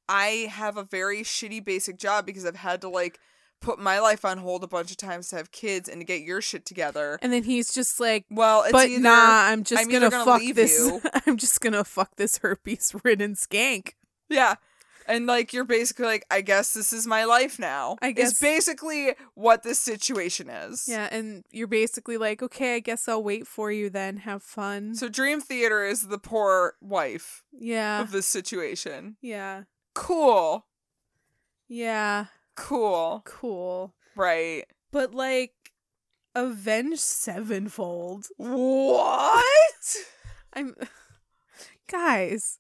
I have a very shitty basic job because I've had to like put my life on hold a bunch of times to have kids and to get your shit together.
and then he's just like
Well, it's
but
either
nah, I'm just
I'm either
gonna,
gonna
fuck
leave
this.
you."
(laughs) I'm just gonna fuck this herpes (laughs) ridden skank.
yeah. And like you're basically like, I guess this is my life now.
I
is
guess-
basically what this situation is.
Yeah, and you're basically like, okay, I guess I'll wait for you then. Have fun.
So Dream Theater is the poor wife
yeah,
of this situation.
yeah,
Cool.
yeah.
Cool.
Cool.
Right.
But like, avenge sevenfold.
What?
I'm, (laughs) guys,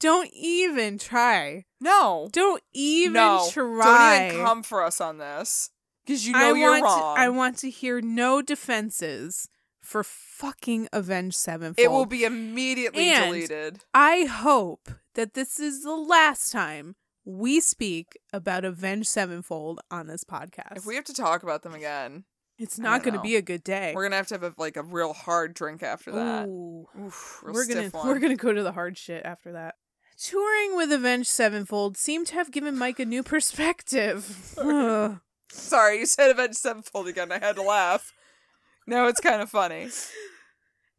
don't even try.
No.
Don't even
no,
try.
Don't even come for us on this. Because you know
I
you're
want.
wrong.
To, I want to hear no defenses for fucking avenge sevenfold.
it will be immediately
And-
deleted.
I hope that this is the last time we speak about Avenged Sevenfold on this podcast.
If we have to talk about them again,
It's
I
not
don't
going to
know.
be a good day.
We're gonna have to have a, like a real hard drink after that.
Ooh.
Oof, real
We're gonna
stiff one.
we're gonna go to the hard shit after that. Touring with Avenged Sevenfold seemed to have given Mike a
(laughs)
new perspective. Ugh.
Sorry, you said Avenged Sevenfold again. I had to laugh. No, it's kind of funny.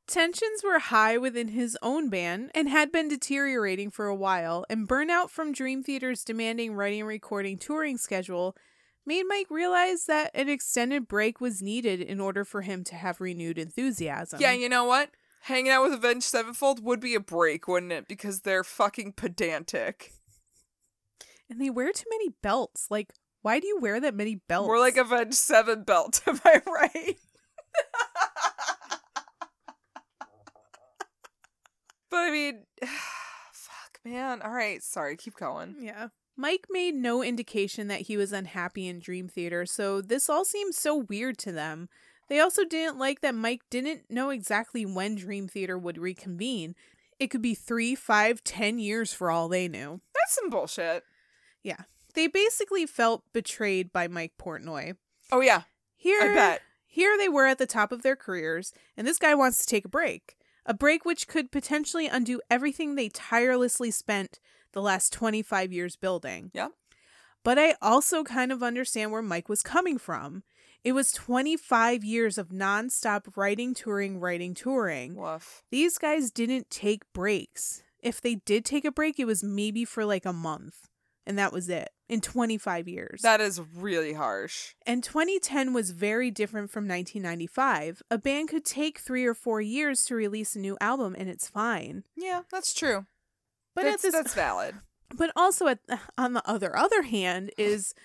Tensions were high within his own band and had been deteriorating for a while, and burnout from Dream Theater's demanding writing and recording touring schedule made Mike realize that an extended break was needed in order for him to have renewed enthusiasm.
Yeah, you know what? Hanging out with Avenged Sevenfold would be a break, wouldn't it? Because they're fucking pedantic.
And they wear too many belts. Like, why do you wear that many belts?
More like Avenged Seven belt, (laughs) am I right? but I mean, (sighs) fuck, man. All right, sorry. Keep going.
Yeah. Mike made no indication that he was unhappy in Dream Theater, so this all seemed so weird to them. They also didn't like that Mike didn't know exactly when Dream Theater would reconvene. It could be three, five, ten years for all they knew.
That's some bullshit.
They basically felt betrayed by Mike Portnoy.
Oh yeah,
Here,
I bet.
Here they were at the top of their careers, and this guy wants to take a break. A break which could potentially undo everything they tirelessly spent the last 25 years building.
Yep.
But I also kind of understand where Mike was coming from. It was 25 years of nonstop writing, touring, writing, touring.
Woof.
These guys didn't take breaks. If they did take a break, it was maybe for like a month, and that was it in 25 years.
That is really harsh.
And 2010 was very different from 1995. A band could take three or four years to release a new album, and it's fine.
Yeah, that's true.
But
that's,
at this,
that's valid.
but also at (sighs) on the other other hand is,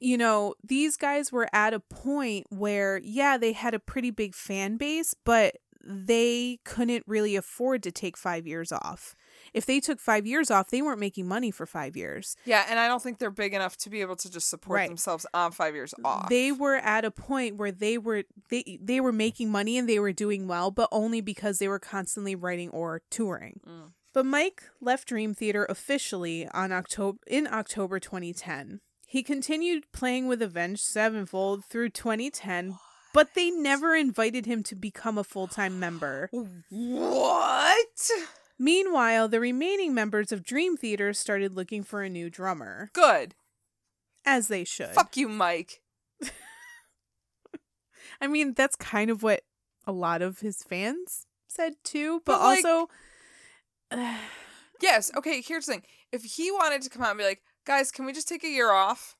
you know, these guys were at a point where yeah, they had a pretty big fan base, but they couldn't really afford to take five years off. If they took five years off, they weren't making money for five years.
Yeah, and I don't think they're big enough to be able to just support
Right.
themselves on five years off.
They were at a point where they were they they were making money and they were doing well, but only because they were constantly writing or touring.
Mm.
But Mike left Dream Theater officially on October in October 2010. He continued playing with Avenged Sevenfold through 2010, but they never invited him to become a full-time member.
What?
Meanwhile, the remaining members of Dream Theater started looking for a new drummer,
Good.
as they should.
Fuck you, Mike.
I mean, that's kind of what a lot of his fans said too, but,
But, like-
also (sighs)
Yes. Okay. Here's the thing. If he wanted to come out and be like, guys, can we just take a year off,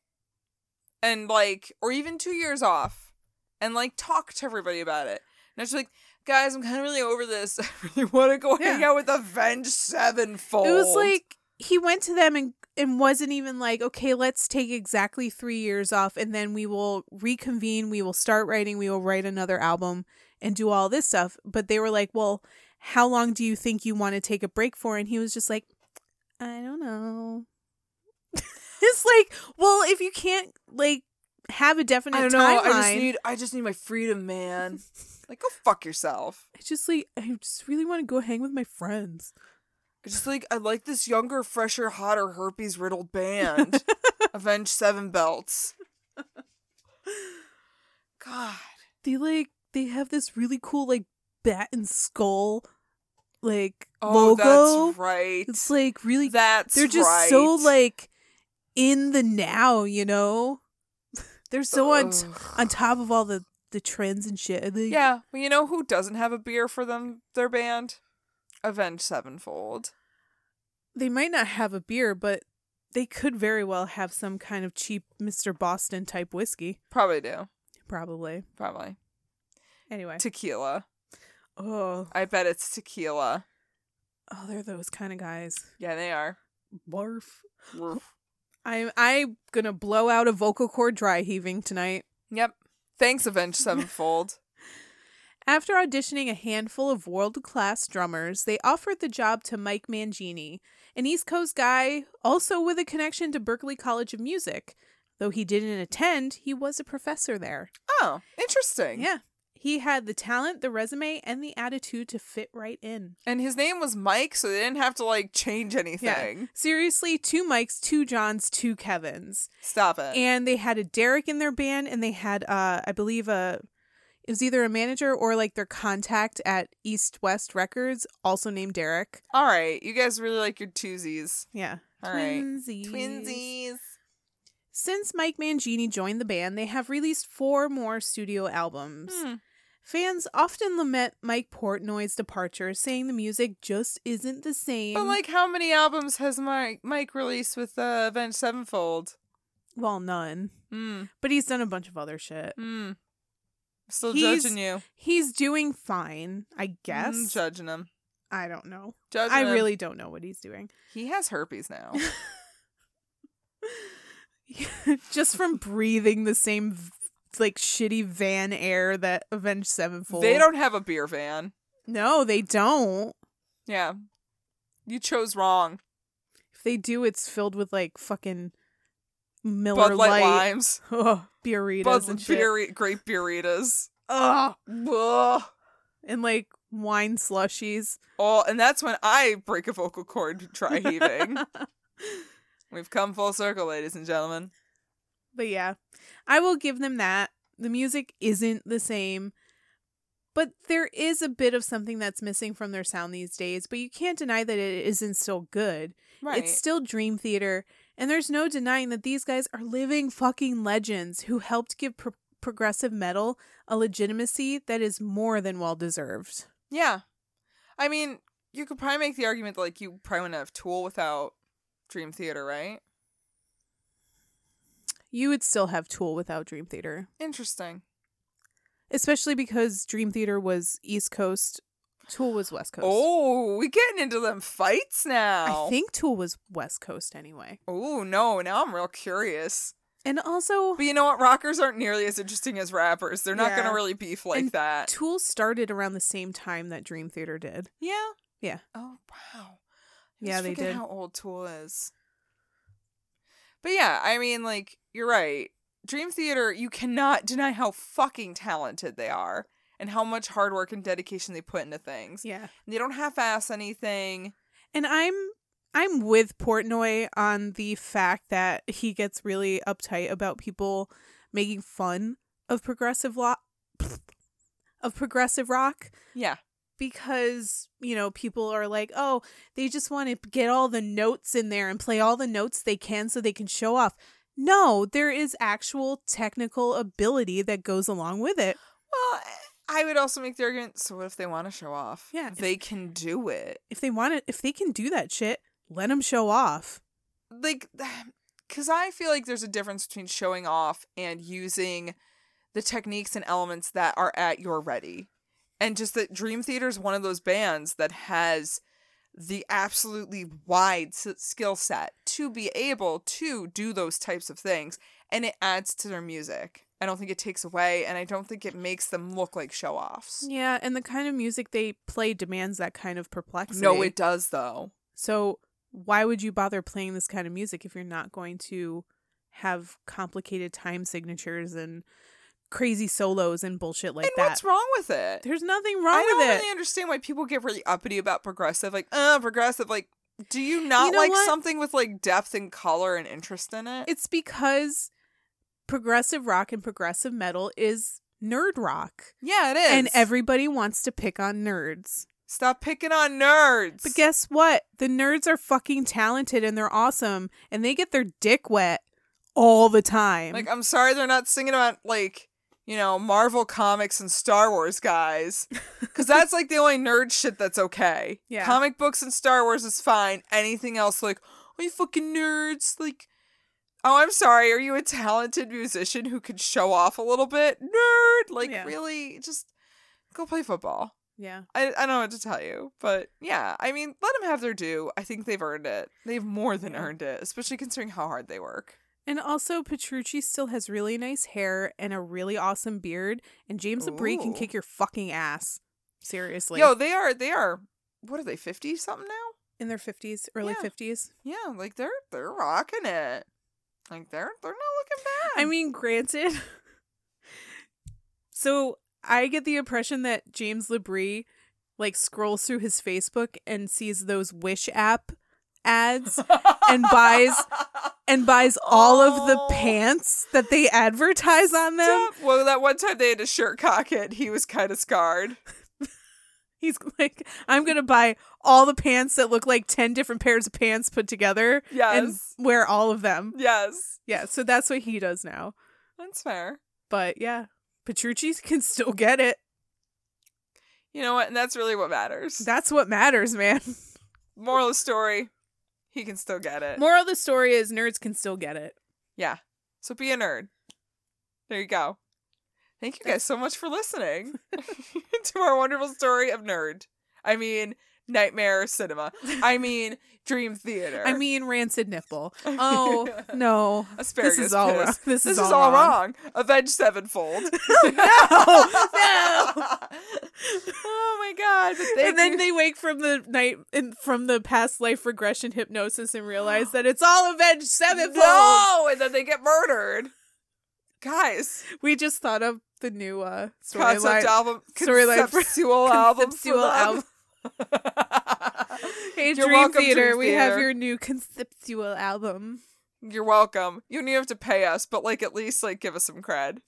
and like, or even two years off, and like talk to everybody about it. And it's like, guys, I'm kind of really over this. (laughs) I really want to go hang
Yeah.
out with Avenged Sevenfold.
it was like he went to them and and wasn't even like, okay, let's take exactly 3 years off and then we will reconvene, we will start writing, we will write another album and do all this stuff, but they were like, well, how long do you think you want to take a break for? And he was just like, I don't know. (laughs) it's like, well, if you can't like have a definite
I don't know.
timeline,
I just need. I just need my freedom, man. like, go fuck yourself.
I just like I just really want to go hang with my friends.
It's just like I like this younger, fresher, hotter, herpes riddled
(laughs)
band. Avenge Seven Belts. God.
They like they have this really cool like bat and skull like
Oh,
logo.
that's right.
It's like really
that's
they're just
right.
so like in the now, you know. (laughs) they're so on t-
Ugh.
on top of all the the trends and shit. And they-
Yeah. Well, you know who doesn't have a beer for them their band? Avenge Sevenfold.
they might not have a beer, but they could very well have some kind of cheap Mr. Boston type whiskey,
Probably do.
probably.
Probably.
Anyway,
Tequila.
oh,
I bet it's tequila.
oh, they're those kind of guys.
Yeah, they are.
Barf.
Oof.
I'm I'm gonna blow out a vocal cord dry heaving tonight.
Yep. Thanks, Avenge Sevenfold.
(laughs) After auditioning a handful of world class drummers, they offered the job to Mike Mangini, an East Coast guy also with a connection to Berklee College of Music. Though he didn't attend, he was a professor there.
oh, interesting.
Yeah. He had the talent, the resume, and the attitude to fit right in.
And his name was Mike, so they didn't have to like change anything.
Seriously, two Mikes, two Johns, two Kevins.
Stop it.
And they had a Derek in their band, and they had, uh, I believe, a it was either a manager or like their contact at East West Records, also named Derek.
All right, you guys really like your twosies.
Yeah,
All right.
Twinsies.
Twinsies.
Since Mike Mangini joined the band, they have released four more studio albums.
Hmm.
Fans often lament Mike Portnoy's departure, saying the music just isn't the same.
But like, how many albums has Mike Mike released with uh, Avenged Sevenfold?
well, none.
Hmm.
But he's done a bunch of other shit.
Hmm. Still
He's-
judging you.
He's doing fine, I guess.
Mm, judging him.
I don't know.
Judging
I
him.
really don't know what he's doing.
He has herpes
(laughs)
now.
(laughs) just from breathing the same v- like shitty van air that Avenged Sevenfold.
they don't have a beer van.
No, they don't.
Yeah. You chose wrong.
If they do, it's filled with like fucking Miller
Bud Light,
Light,
limes.
(laughs) Ugh, burritos
Bud
and shit.
beer, grape burritas.
Ugh,
Ugh.
and like wine slushies.
Oh, and that's when I break a vocal cord dry heaving. (laughs) We've come full circle, ladies and gentlemen.
(laughs) But yeah, I will give them that. The music isn't the same, but there is a bit of something that's missing from their sound these days. But you can't deny that it isn't still good.
Right.
It's still Dream Theater, and there's no denying that these guys are living fucking legends who helped give pro- progressive metal a legitimacy that is more than well deserved.
yeah. I mean, you could probably make the argument that, like, you probably wouldn't have Tool without Dream Theater, right?
You would still have Tool without Dream Theater,
Interesting.
especially because Dream Theater was East Coast, Tool was West Coast.
Oh, we getting into them fights now.
I think Tool was West Coast anyway.
Oh, no. Now I'm real curious.
And also,
But you know what? Rockers aren't nearly as interesting as rappers. They're not going
Yeah.
to really beef like
And
that.
Tool started around the same time that Dream Theater did.
yeah.
Yeah.
Oh, wow. I
Yeah,
always
they
forget
did.
How old Tool is? But yeah, I mean, like you're right. Dream Theater, you cannot deny how fucking talented they are and how much hard work and dedication they put into things.
Yeah.
They don't half-ass anything.
And I'm I'm with Portnoy on the fact that he gets really uptight about people making fun of progressive lo- (sniffs) of progressive rock
Yeah,
because, you know, people are like, "Oh, they just want to get all the notes in there and play all the notes they can so they can show off." No, there is actual technical ability that goes along with it.
well, I would also make the argument. So what if they want to show off?
Yeah, if-
they can do it.
If they want it, if they can do that shit, let them show off.
like (sighs) because i feel like there's a difference between showing off and using the techniques and elements that are at your ready and just that dream theater is one of those bands that has the absolutely wide s- skill set to be able to do those types of things and it adds to their music i don't think it takes away and i don't think it makes them look like show offs
Yeah, and the kind of music they play demands that kind of perplexity.
no it does though
So why would you bother playing this kind of music if you're not going to have complicated time signatures and crazy solos and bullshit like
and
that?
what's wrong with it
There's nothing wrong
I don't
with it.
really understand why people get really uppity about progressive. Like, uh, progressive. Like, do you not
know
like
what?
something with like depth and color and interest in it?
It's because progressive rock and progressive metal is nerd rock.
yeah, it is.
And everybody wants to pick on nerds.
stop picking on nerds.
But guess what? The nerds are fucking talented and they're awesome and they get their dick wet all the time.
like, I'm sorry they're not singing about like you know Marvel comics and Star Wars (laughs) guys, because that's like the only nerd shit that's okay.
Yeah.
comic books and Star Wars is fine. Anything else, like, oh you fucking nerds, like. Oh, I'm sorry. Are you a talented musician who could show off a little bit? Nerd! Like,
Yeah.
really? Just go play football.
yeah.
I, I don't know what to tell you, but yeah, I mean, let them have their due. I think they've earned it. They've more than
Yeah.
earned it, especially considering how hard they work.
And also Petrucci still has really nice hair and a really awesome beard and James Labrie can
Ooh.
kick your fucking ass. Seriously.
Yo, they are, they are, what are they, 50 something now?
in their 50s, early
Yeah.
50s.
Yeah, like they're, they're rocking it. Like they're, they're not looking bad.
I mean, granted. (laughs) so I get the impression that James Labrie like scrolls through his Facebook and sees those Wish app ads
(laughs)
And buys and buys all of the
Oh.
pants that they advertise on them.
Well, that one time they had a shirt cocket, he was kind of scarred.
He's like, I'm gonna buy all the pants that look like ten different pairs of pants put together
Yes.
and wear all of them.
yes.
Yeah, so that's what he does now.
That's fair.
But yeah, Petrucci can still get it.
You know what? And that's really what matters.
That's what matters, man.
Moral of the story, he can still get it.
(laughs) Moral of the story is nerds can still get it.
yeah. So be a nerd. There you go. Thank you guys so much for listening
(laughs)
(laughs) to our wonderful story of nerd. I mean, nightmare cinema. I
(laughs)
mean, dream theater.
I mean, rancid (laughs) nipple.
(laughs)
Oh
mean-
no,
asparagus.
this is all
piss.
wrong. This,
This is all wrong. Avenge Sevenfold. no, (laughs) oh my god! But thank
and then
you.
they wake from the night and from the past life regression hypnosis
(gasps)
and realize that it's all avenged sevenfold.
no, and then they get murdered. Guys,
We just thought of the new uh
concept
storyline.
album,
storyline for- (laughs)
conceptual album, for
conceptual
them.
album. Hey,
You're
Dream,
welcome,
Theater,
Dream
we have
Theater.
your new conceptual album.
(laughs) You're welcome. You don't even have to pay us, but like at least like give us some cred.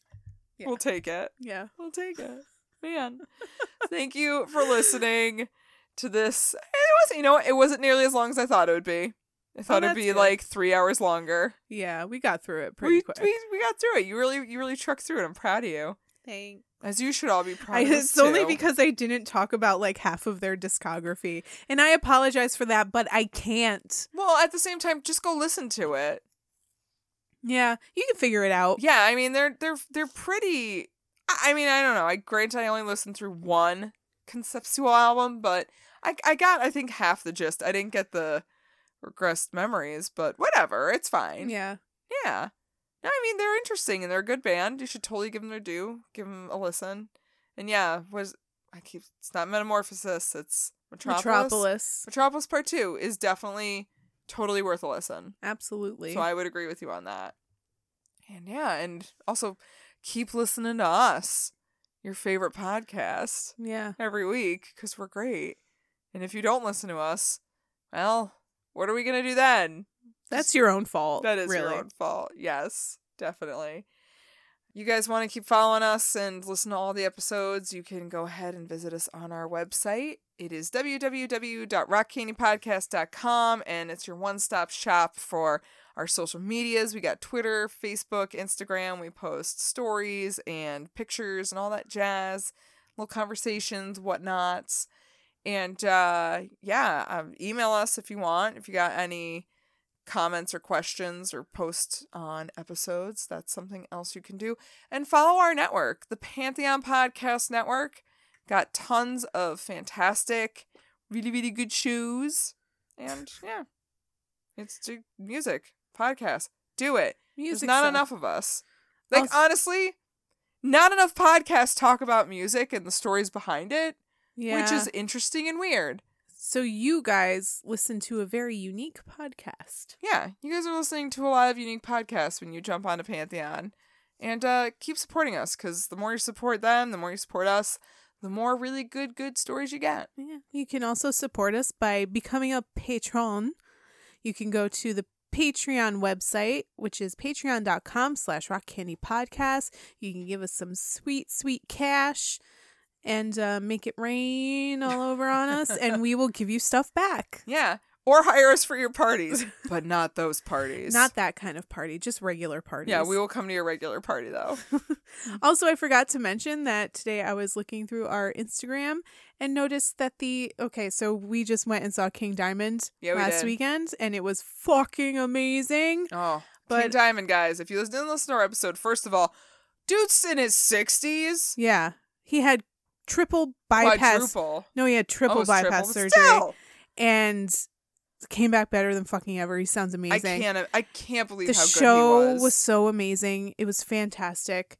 Yeah.
We'll take it.
Yeah,
We'll take it. Man. (laughs) Thank you for listening to this. It wasn't you know what? it wasn't nearly as long as I thought it would be. I thought it'd
Oh, that's
be
good.
like three hours longer.
yeah, we got through it pretty
We,
quick.
we we got through it. You really you really trucked through it. I'm proud of you.
Thanks.
As you should all be proud
I,
of us
it's only
too.
because I didn't talk about like half of their discography, and I apologize for that, but I can't.
Well, at the same time, just go listen to it.
Yeah, you can figure it out.
Yeah, I mean they're they're they're pretty I I mean, I don't know. I grant I only listened through one conceptual album, but I I got I think half the gist. I didn't get the regressed memories, but whatever, it's fine.
Yeah,
Yeah. No, I mean they're interesting and they're a good band. You should totally give them their due. Give them a listen. And yeah, was I keep it's not Metamorphosis, it's Metropolis. Metropolis,
Metropolis,
Part 2 is definitely totally worth a listen.
absolutely.
So I would agree with you on that. And yeah, and also keep listening to us, your favorite podcast
yeah,
every week cuz we're great. And if you don't listen to us, well, what are we going to do then?
that's your own fault.
That is
really.
your own fault. Yes, definitely. You guys want to keep following us and listen to all the episodes, you can go ahead and visit us on our website. It is www.rockcandypodcast.com and it's your one-stop shop for our social medias. We got Twitter, Facebook, Instagram. We post stories and pictures and all that jazz, little conversations, whatnots. And uh, yeah, um, email us if you want. If you got any comments or questions or post on episodes. That's something else you can do. And follow our network, the Pantheon Podcast Network. Got tons of fantastic, really, really good shows. And yeah, it's to music, podcast. Do it.
Music
There's not
stuff.
enough of us. Like,
Also-
honestly, not enough podcasts talk about music and the stories behind it,
Yeah.
which is interesting and weird.
so you guys listen to a very unique podcast.
yeah, you guys are listening to a lot of unique podcasts when you jump onto Pantheon. And uh, keep supporting us because the more you support them, the more you support us, the more really good, good stories you get.
Yeah. You can also support us by becoming a patron. You can go to the Patreon website, which is patreon.com slash rockcandypodcast. You can give us some sweet, sweet cash and uh, make it rain all over on us, and we will give you stuff back.
Yeah. Or hire us for your
(laughs)
parties, but not those parties.
Not that kind of party, just regular parties. (laughs)
Yeah, we will come to your regular party though.
Also, I forgot to mention that today I was looking through our Instagram and noticed that the okay, so we just went and saw King Diamond
Yeah, we
last
did.
weekend, and it was fucking amazing.
Oh, but
But-
Diamond guys, if you listen- didn't listen to our episode, first of all, dude's in his sixties,
Yeah, he had triple bypass.
quadruple,
No, he had triple
Oh, it's
bypass
but
surgery
still,
and came back better than fucking ever. He sounds
I
amazing.
can't, I can't believe
the
how
show
good he was.
so amazing. It was fantastic.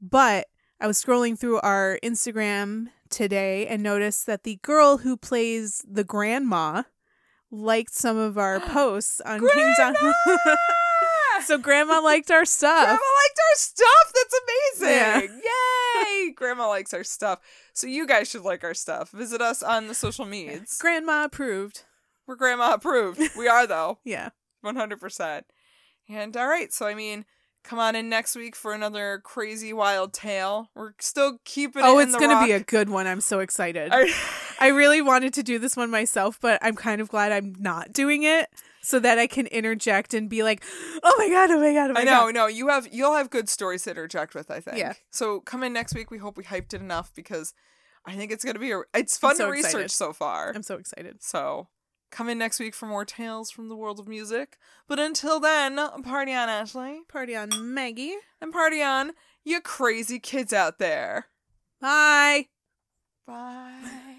But I was scrolling through our Instagram today and noticed that the girl who plays the grandma liked some
(gasps)
of our posts on King Diamond. (laughs) so grandma liked
Grandma
our stuff.
liked our stuff. That's amazing. Yay! Grandma likes our stuff. So you guys should like our stuff. Visit us on the
(laughs)
social medias.
Grandma approved.
We're grandma approved. We are though.
Yeah.
100%. And all right, so I mean, come on in next week for another crazy wild tale. We're still keeping it
oh,
in
it's
the
going to be a
rock.
good one. Oh I'm so excited.
(laughs) All right.
I really wanted to do this one myself, but I'm kind of glad I'm not doing it so that I can interject and be like, oh my God, oh my God, oh my
I know,
God.
no, you have you'll have good stories to interject with, I think.
Yeah.
So come in next week. We hope we hyped it enough because I think it's gonna be a, it's fun
so
to research
excited.
so far.
I'm so excited.
so come in next week for more tales from the world of music. But until then, party on Ashley
Party on Maggie.
and party on you crazy kids out there.
Bye.
Bye.